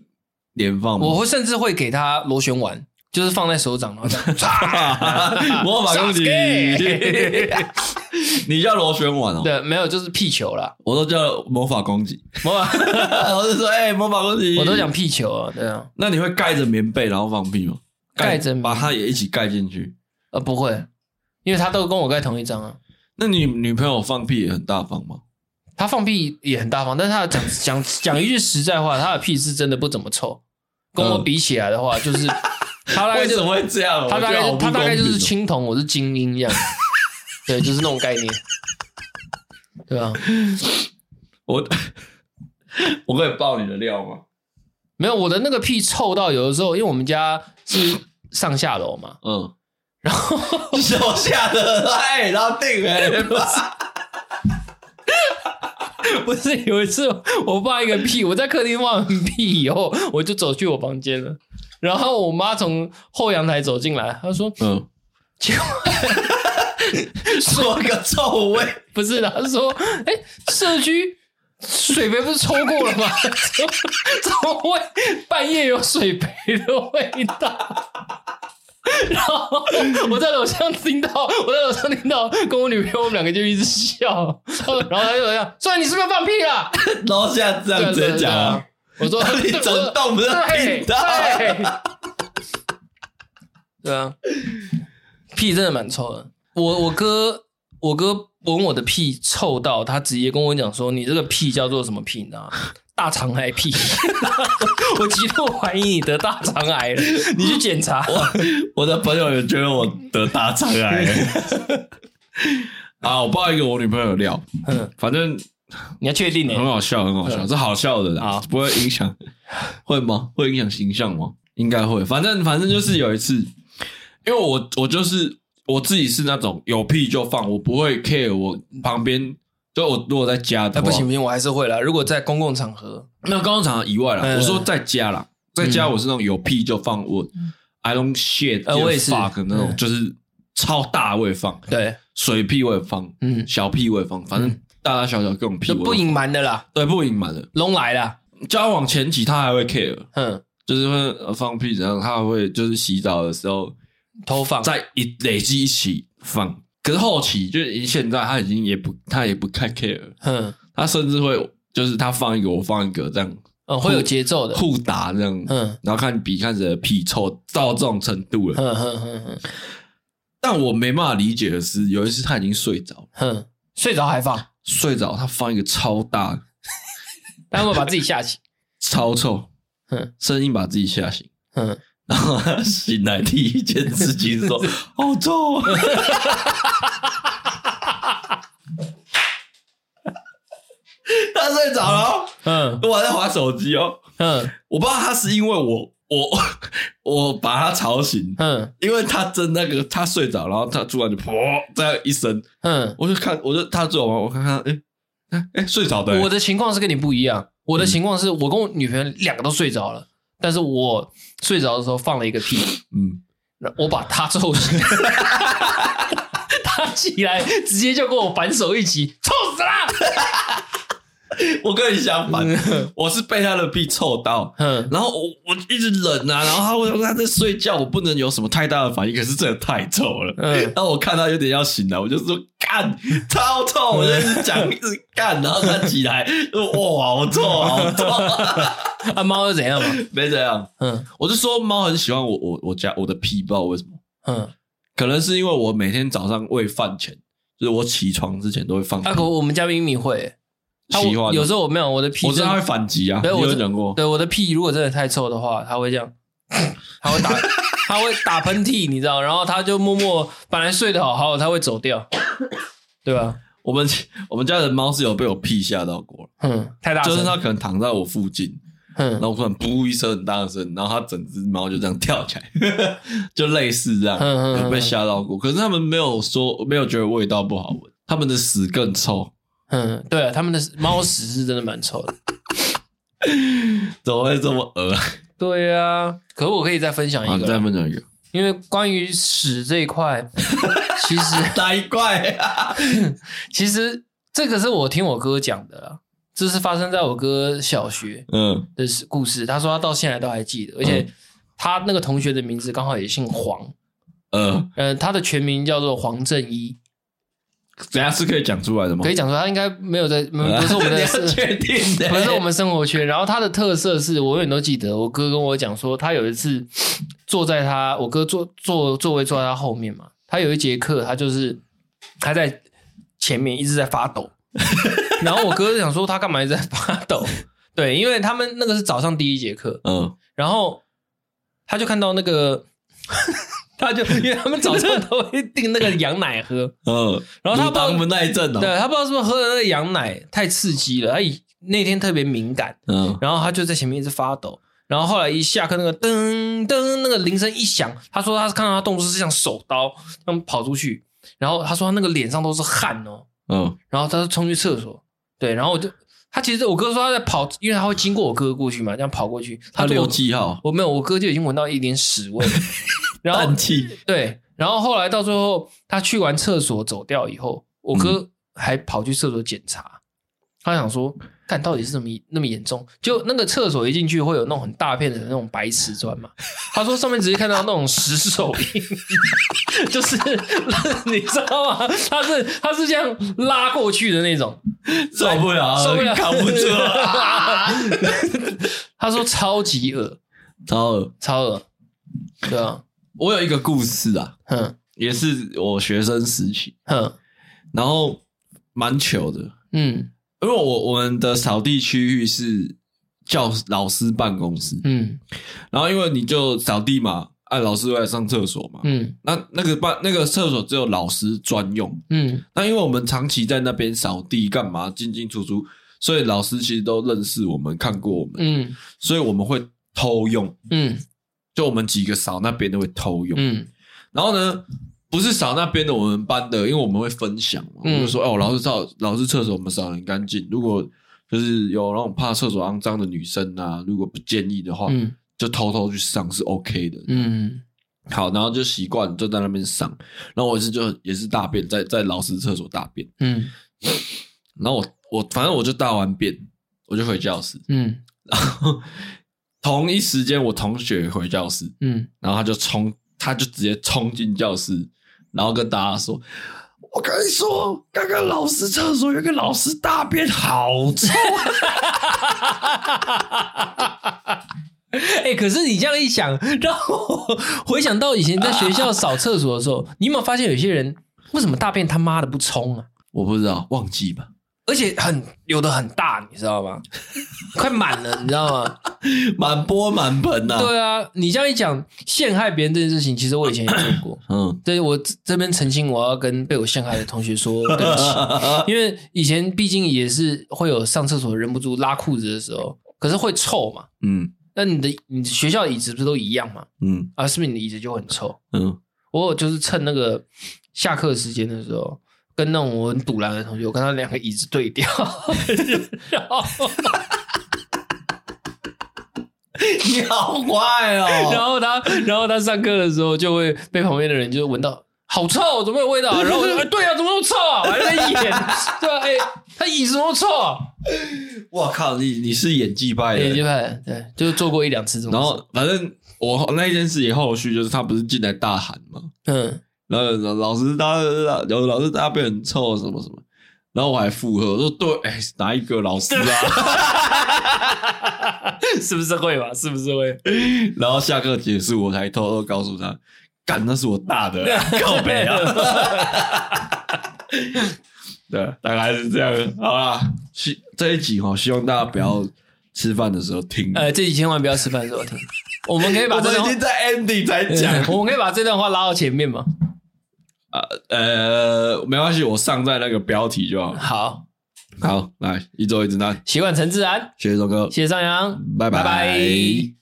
[SPEAKER 1] 脸放吗？
[SPEAKER 2] 我会甚至会给她螺旋丸，就是放在手掌，然后这 <laughs>
[SPEAKER 1] <laughs>
[SPEAKER 2] 样
[SPEAKER 1] 魔法
[SPEAKER 2] <laughs>
[SPEAKER 1] 攻击
[SPEAKER 2] Sasuke
[SPEAKER 1] <laughs> 你叫螺旋丸哦，
[SPEAKER 2] 对，没有就是屁球啦。
[SPEAKER 1] 我都叫魔法攻击，
[SPEAKER 2] 我
[SPEAKER 1] <laughs> 我是说，哎，魔法攻击，
[SPEAKER 2] 我都讲。屁球啊，对啊，
[SPEAKER 1] 那你会盖着棉被然后放屁吗？
[SPEAKER 2] 盖着棉
[SPEAKER 1] 把它也一起盖进去。
[SPEAKER 2] 呃不会，因为她都跟我盖同一张啊。
[SPEAKER 1] 那你女朋友放屁也很大方吗？
[SPEAKER 2] 他放屁也很大方，但是他讲讲讲一句实在话，他的屁是真的不怎么臭。跟我
[SPEAKER 1] 嗯
[SPEAKER 2] 比起来的话， <laughs> 就是他大概
[SPEAKER 1] 为
[SPEAKER 2] 就
[SPEAKER 1] 什么会这样？
[SPEAKER 2] 他大概
[SPEAKER 1] 我觉得好
[SPEAKER 2] 就
[SPEAKER 1] 不
[SPEAKER 2] 他大概就
[SPEAKER 1] 公
[SPEAKER 2] 是
[SPEAKER 1] 平哦
[SPEAKER 2] 青铜，我是精英 <laughs> 一样，对，就是那种概念，对啊，
[SPEAKER 1] 我，哦我 <laughs> 可以爆你的料吗？
[SPEAKER 2] 没有我的那个屁臭到有的时候，因为我们家是上下楼嘛，
[SPEAKER 1] 嗯，然后手下的哎，然后定哎，
[SPEAKER 2] <laughs> 不是有一次我放一个屁，我在客厅放完屁以后，我就走去我房间了，然后我妈从后阳台走进来，她说
[SPEAKER 1] <laughs> 嗯，
[SPEAKER 2] 结果
[SPEAKER 1] <laughs> 说个臭味，
[SPEAKER 2] 不是，她说哎、社区。水杯不是抽过了吗？ <laughs> 怎么怎么会半夜有水杯的味道？ <laughs> 然后我在楼上听到，我在楼上听到，跟我女朋友我们两个就一直笑，然后她就这样，说你是不是放屁了？
[SPEAKER 1] 楼下这样直接讲啊，
[SPEAKER 2] 对对对
[SPEAKER 1] <laughs> 你
[SPEAKER 2] 对我说
[SPEAKER 1] 整栋不是
[SPEAKER 2] 对
[SPEAKER 1] 听到 <laughs>
[SPEAKER 2] 对，对啊，屁真的蛮臭的。我我哥我哥闻我的屁臭到，他直接跟我讲说：“你这个屁叫做什么屁？你知道吗？大肠癌屁。” <laughs> 我极度怀疑你得大肠癌了，你去检查。
[SPEAKER 1] 我的朋友也觉得我得大肠
[SPEAKER 2] <laughs>
[SPEAKER 1] 癌。啊，我爆一个我女朋友的料，
[SPEAKER 2] 嗯，
[SPEAKER 1] 反正
[SPEAKER 2] 你要确定呢、
[SPEAKER 1] 很好笑，很好笑，是好笑的啦
[SPEAKER 2] 嗯好，
[SPEAKER 1] 不会影响，会吗？会影响形象吗？应该会，反正反正就是有一次，因为我我就是我自己是那种有屁就放，我不会 care 我旁边，就我如果在家
[SPEAKER 2] 哎，
[SPEAKER 1] 的话，
[SPEAKER 2] 不行不行，我还是会啦。如果在公共场合，
[SPEAKER 1] 没有高中场合以外啦，
[SPEAKER 2] 嗯
[SPEAKER 1] 我说在家啦，在家
[SPEAKER 2] 嗯
[SPEAKER 1] 我是那种有屁就放我，I don't shit，
[SPEAKER 2] 呃我也是
[SPEAKER 1] fuck 那种，
[SPEAKER 2] 嗯
[SPEAKER 1] 就是超大我也放，
[SPEAKER 2] 对，
[SPEAKER 1] 水屁我也放，
[SPEAKER 2] 嗯，
[SPEAKER 1] 小屁我也放，反正大大小小各种屁
[SPEAKER 2] 就
[SPEAKER 1] 我都
[SPEAKER 2] 不
[SPEAKER 1] 放
[SPEAKER 2] 隐瞒的啦，
[SPEAKER 1] 对不隐瞒的。
[SPEAKER 2] 拢来啦。
[SPEAKER 1] 交往前期他还会 care，
[SPEAKER 2] 嗯，
[SPEAKER 1] 就是会呃放屁怎样，他还会就是洗澡的时候
[SPEAKER 2] 偷放
[SPEAKER 1] 再一累积一起放。可是后期就是现在他已经也不他也不太 care，了
[SPEAKER 2] 嗯
[SPEAKER 1] 他甚至会就是他放一个我放一个这样
[SPEAKER 2] 嗯，会有节奏的。
[SPEAKER 1] 互打这样，
[SPEAKER 2] 嗯
[SPEAKER 1] 然后看比看谁的屁臭到这种程度了。
[SPEAKER 2] 哼哼哼哼
[SPEAKER 1] 但我没办法理解的是，有一次他已经睡着，
[SPEAKER 2] 哼，睡着还放，
[SPEAKER 1] 睡着他放一个超大
[SPEAKER 2] 但我把自己吓醒。
[SPEAKER 1] 超臭，
[SPEAKER 2] 嗯
[SPEAKER 1] 声音把自己吓醒。 <laughs>
[SPEAKER 2] 嗯，
[SPEAKER 1] 然后他醒来第一件事情是说：“好臭、啊！”他睡着了哦，
[SPEAKER 2] 嗯
[SPEAKER 1] 我还在划手机哦。
[SPEAKER 2] 嗯
[SPEAKER 1] 我不知道他是因为我我我把他吵醒，
[SPEAKER 2] 嗯
[SPEAKER 1] 因为他真那个他睡着，然后他突然就噗这样一声，
[SPEAKER 2] 嗯，
[SPEAKER 1] 我就看，我就他做完，我看看，哎、哎、哎睡着的、
[SPEAKER 2] 我的情况是跟你不一样，我的情况是我跟我女朋友两个都睡着了，但是我睡着的时候放了一个屁，
[SPEAKER 1] 嗯，
[SPEAKER 2] 那我把她臭醒。她起来直接就跟我反手一击，臭死啦！
[SPEAKER 1] 我跟你相反，我是被他的屁臭到，
[SPEAKER 2] 嗯，
[SPEAKER 1] 然后我我一直忍啊，然后他我想说他在睡觉，我不能有什么太大的反应，可是真的太臭了。
[SPEAKER 2] 嗯
[SPEAKER 1] 然后我看他有点要醒了，我就说干超臭，我就一直讲一直干，然后他起来，哇好臭好
[SPEAKER 2] <laughs>
[SPEAKER 1] 臭，
[SPEAKER 2] 啊，猫又怎样嘛？
[SPEAKER 1] 没怎样。
[SPEAKER 2] 嗯
[SPEAKER 1] 我就说猫很喜欢我我我家我的屁，不知道为什么，
[SPEAKER 2] 嗯，
[SPEAKER 1] 可能是因为我每天早上喂饭前，就是我起床之前都会放屁
[SPEAKER 2] 阿，狗，我们家咪咪会，她
[SPEAKER 1] 喜欢
[SPEAKER 2] 有时候我没有我的屁，
[SPEAKER 1] 我知道它会反击啊，
[SPEAKER 2] 对
[SPEAKER 1] 你
[SPEAKER 2] 我
[SPEAKER 1] 有
[SPEAKER 2] 知
[SPEAKER 1] 讲过，
[SPEAKER 2] 对，我的屁如果真的太臭的话，他会这样，他会打，他会打喷嚏，你知道？然后他就默默本来睡得好好的，他会走掉，对吧？
[SPEAKER 1] 我们我们家的猫是有被我屁吓到过，
[SPEAKER 2] 嗯，太大声，
[SPEAKER 1] 就是它可能躺在我附近。然
[SPEAKER 2] 嗯
[SPEAKER 1] 后突然噗一声很大声，然后它整只猫就这样跳起来， <laughs> 就类似这样，
[SPEAKER 2] 嗯嗯嗯
[SPEAKER 1] 有被吓到过。可是他们没有说，没有觉得味道不好闻，他们的屎更臭，
[SPEAKER 2] 嗯，对啊，他们的猫屎是真的蛮臭的。
[SPEAKER 1] 怎么会这么恶啊？
[SPEAKER 2] 对啊，可是我可以再分享
[SPEAKER 1] 好
[SPEAKER 2] 一
[SPEAKER 1] 你
[SPEAKER 2] 个
[SPEAKER 1] 再
[SPEAKER 2] 啦，
[SPEAKER 1] 分享一个， <laughs>
[SPEAKER 2] 因为关于屎这一块，其实
[SPEAKER 1] 难怪啊！ <laughs>
[SPEAKER 2] 其实这个是我听我哥讲的啦，这是发生在我哥小学。
[SPEAKER 1] 嗯
[SPEAKER 2] 的故事，他说他到现在都还记得，而且
[SPEAKER 1] 嗯
[SPEAKER 2] 他那个同学的名字刚好也姓黄，
[SPEAKER 1] 呃，
[SPEAKER 2] 呃，他的全名叫做黄正一，
[SPEAKER 1] 等下是可以讲出来的吗？
[SPEAKER 2] 可以讲说他应该没有在，
[SPEAKER 1] <laughs>
[SPEAKER 2] 不是我们
[SPEAKER 1] 你
[SPEAKER 2] 的，
[SPEAKER 1] 要确定的，
[SPEAKER 2] 不是我们生活圈。然后他的特色是我永远都记得，我哥跟我讲说，他有一次 <sniffs> 坐在他我哥坐坐座位坐在他后面嘛，他有一节课他就是他在前面一直在发抖，然后我哥就想说他干嘛一直在发抖？对，因为他们那个是早上第一节课，
[SPEAKER 1] 嗯，
[SPEAKER 2] 然后他就看到那个， <laughs> 他就因为他们早上都会订那个羊奶喝，
[SPEAKER 1] 嗯，
[SPEAKER 2] 然后他
[SPEAKER 1] 乳
[SPEAKER 2] 帮
[SPEAKER 1] 糖不耐症哦，
[SPEAKER 2] 对他不知道是不是喝的那个羊奶太刺激了，他以那天特别敏感，
[SPEAKER 1] 嗯，
[SPEAKER 2] 然后他就在前面一直发抖。然后后来一下课，那个噔噔那个铃声一响，他说他看到他动作是像手刀那样跑出去，然后他说他那个脸上都是汗哦，
[SPEAKER 1] 嗯，
[SPEAKER 2] 然后他就冲去厕所，对，然后我就他其实我哥说他在跑，因为他会经过我哥过去嘛，这样跑过去，
[SPEAKER 1] 他
[SPEAKER 2] 说我
[SPEAKER 1] 留记号，
[SPEAKER 2] 我没有，我哥就已经闻到一点屎味，然后
[SPEAKER 1] 氮气，
[SPEAKER 2] 对，然后后来到最后，他去完厕所走掉以后，我哥还跑去厕所检查，他想说，看到底是怎么那么严重？就那个厕所一进去会有那种很大片的那种白瓷砖嘛，他说上面直接看到那种石手印， <laughs> 就是你知道吗？他是他是这样拉过去的那种，
[SPEAKER 1] 受不了啊，<laughs>
[SPEAKER 2] 受不了，
[SPEAKER 1] 扛不住了， <laughs>
[SPEAKER 2] 了。 <laughs> 他说超级恶，
[SPEAKER 1] 超恶。
[SPEAKER 2] 超恶，对啊，
[SPEAKER 1] 我有一个故事啊，
[SPEAKER 2] 哼
[SPEAKER 1] 也是我学生时期，
[SPEAKER 2] 哼，
[SPEAKER 1] 然后蛮糗的，
[SPEAKER 2] 嗯
[SPEAKER 1] 因为我我们的扫地区域是教老师办公室，
[SPEAKER 2] 嗯
[SPEAKER 1] 然后因为你就扫地嘛，啊，老师会来上厕所嘛，
[SPEAKER 2] 嗯
[SPEAKER 1] 那那个办那个厕所只有老师专用，
[SPEAKER 2] 嗯
[SPEAKER 1] 那因为我们长期在那边扫地干嘛进进出出，所以老师其实都认识我们，看过我们，
[SPEAKER 2] 嗯
[SPEAKER 1] 所以我们会偷用，
[SPEAKER 2] 嗯
[SPEAKER 1] 就我们几个扫那边的会偷用，
[SPEAKER 2] 嗯
[SPEAKER 1] 然后呢，不是扫那边的我们班的，因为我们会分享嘛，我
[SPEAKER 2] 嗯
[SPEAKER 1] 们就说哦，老师扫老师厕所我们扫得很干净，如果就是有那种怕厕所肮脏的女生啊，如果不建议的话，
[SPEAKER 2] 嗯
[SPEAKER 1] 就偷偷去上是 OK 的。
[SPEAKER 2] 嗯
[SPEAKER 1] 好，然后就习惯就在那边上，然后我是就也是大便在在老师厕所大便，
[SPEAKER 2] 嗯
[SPEAKER 1] 然后我我反正我就大完便我就回教
[SPEAKER 2] <laughs>
[SPEAKER 1] 室，
[SPEAKER 2] 嗯
[SPEAKER 1] 然后同一时间我同学回教室，
[SPEAKER 2] 嗯，
[SPEAKER 1] 然后他就冲，他就直接冲进教室，然后跟大家说：“我跟你说，刚刚老师厕所有个老师大便好臭。
[SPEAKER 2] 哎、可是你这样一想，让我回想到以前在学校扫厕所的时候，你有没有发现有些人为什么大便他妈的不冲啊？”
[SPEAKER 1] 我不知道，忘记吧？
[SPEAKER 2] 而且很有的很大，你知道 <laughs> 吗？快满了，你知道吗？
[SPEAKER 1] 满钵满盆呐、
[SPEAKER 2] <laughs> 对啊，你这样一讲，陷害别人这件事情，其实我以前也做过。
[SPEAKER 1] 嗯，
[SPEAKER 2] 对我这这边澄清，我要跟被我陷害的同学说对不起。因为以前毕竟也是会有上厕所忍不住拉裤子的时候，可是会臭嘛。
[SPEAKER 1] 嗯
[SPEAKER 2] 那你的你学校椅子不是都一样嘛？
[SPEAKER 1] 嗯
[SPEAKER 2] 啊，是不是你的椅子就很臭？
[SPEAKER 1] 嗯
[SPEAKER 2] 我有就是趁那个下课时间的时候，跟那种我很堵拦的同学，我跟他两个椅子对调， <laughs> 然后
[SPEAKER 1] 你好坏哦！
[SPEAKER 2] <laughs> 然后他然后他上课的时候就会被旁边的人就闻到。好臭，怎么有味道？然后我就，哎、对啊，怎么那么臭啊？我还在演， <laughs> 对啊，哎、他椅子怎么那么臭、啊？
[SPEAKER 1] 我靠，你你是演技派
[SPEAKER 2] 哎、
[SPEAKER 1] 的。
[SPEAKER 2] 就派，对，就做过一两次这种
[SPEAKER 1] 然
[SPEAKER 2] 事。
[SPEAKER 1] 后反正我那件事情后续就是他不是进来大喊吗？
[SPEAKER 2] 嗯， <laughs>
[SPEAKER 1] 然后老老师大老有老师大便很臭什么什么，然后我还附和我说对，哎、哪一个老师啊？ <laughs>
[SPEAKER 2] 是不是会吧？是不是会？
[SPEAKER 1] 然后下课结束，我才偷偷告诉他，干那是我大的，告白啊！对，啊大概是这样。好啦，希这一集哈、希望大家不要吃饭的时候听。
[SPEAKER 2] 呃，这几千万不要吃饭的时候听，我们可以把
[SPEAKER 1] 我
[SPEAKER 2] 这
[SPEAKER 1] 们
[SPEAKER 2] 段
[SPEAKER 1] 已
[SPEAKER 2] 话
[SPEAKER 1] 经在 ending 才讲，
[SPEAKER 2] 对 <laughs> 我们可以把这段话拉到前面嘛？
[SPEAKER 1] 呃，没关系，我上在那个标题就好。
[SPEAKER 2] 好，
[SPEAKER 1] 好，来一周一直那，
[SPEAKER 2] 习惯成自然，
[SPEAKER 1] 谢谢周哥，
[SPEAKER 2] 谢谢张扬，
[SPEAKER 1] 拜
[SPEAKER 2] 拜
[SPEAKER 1] 拜
[SPEAKER 2] 拜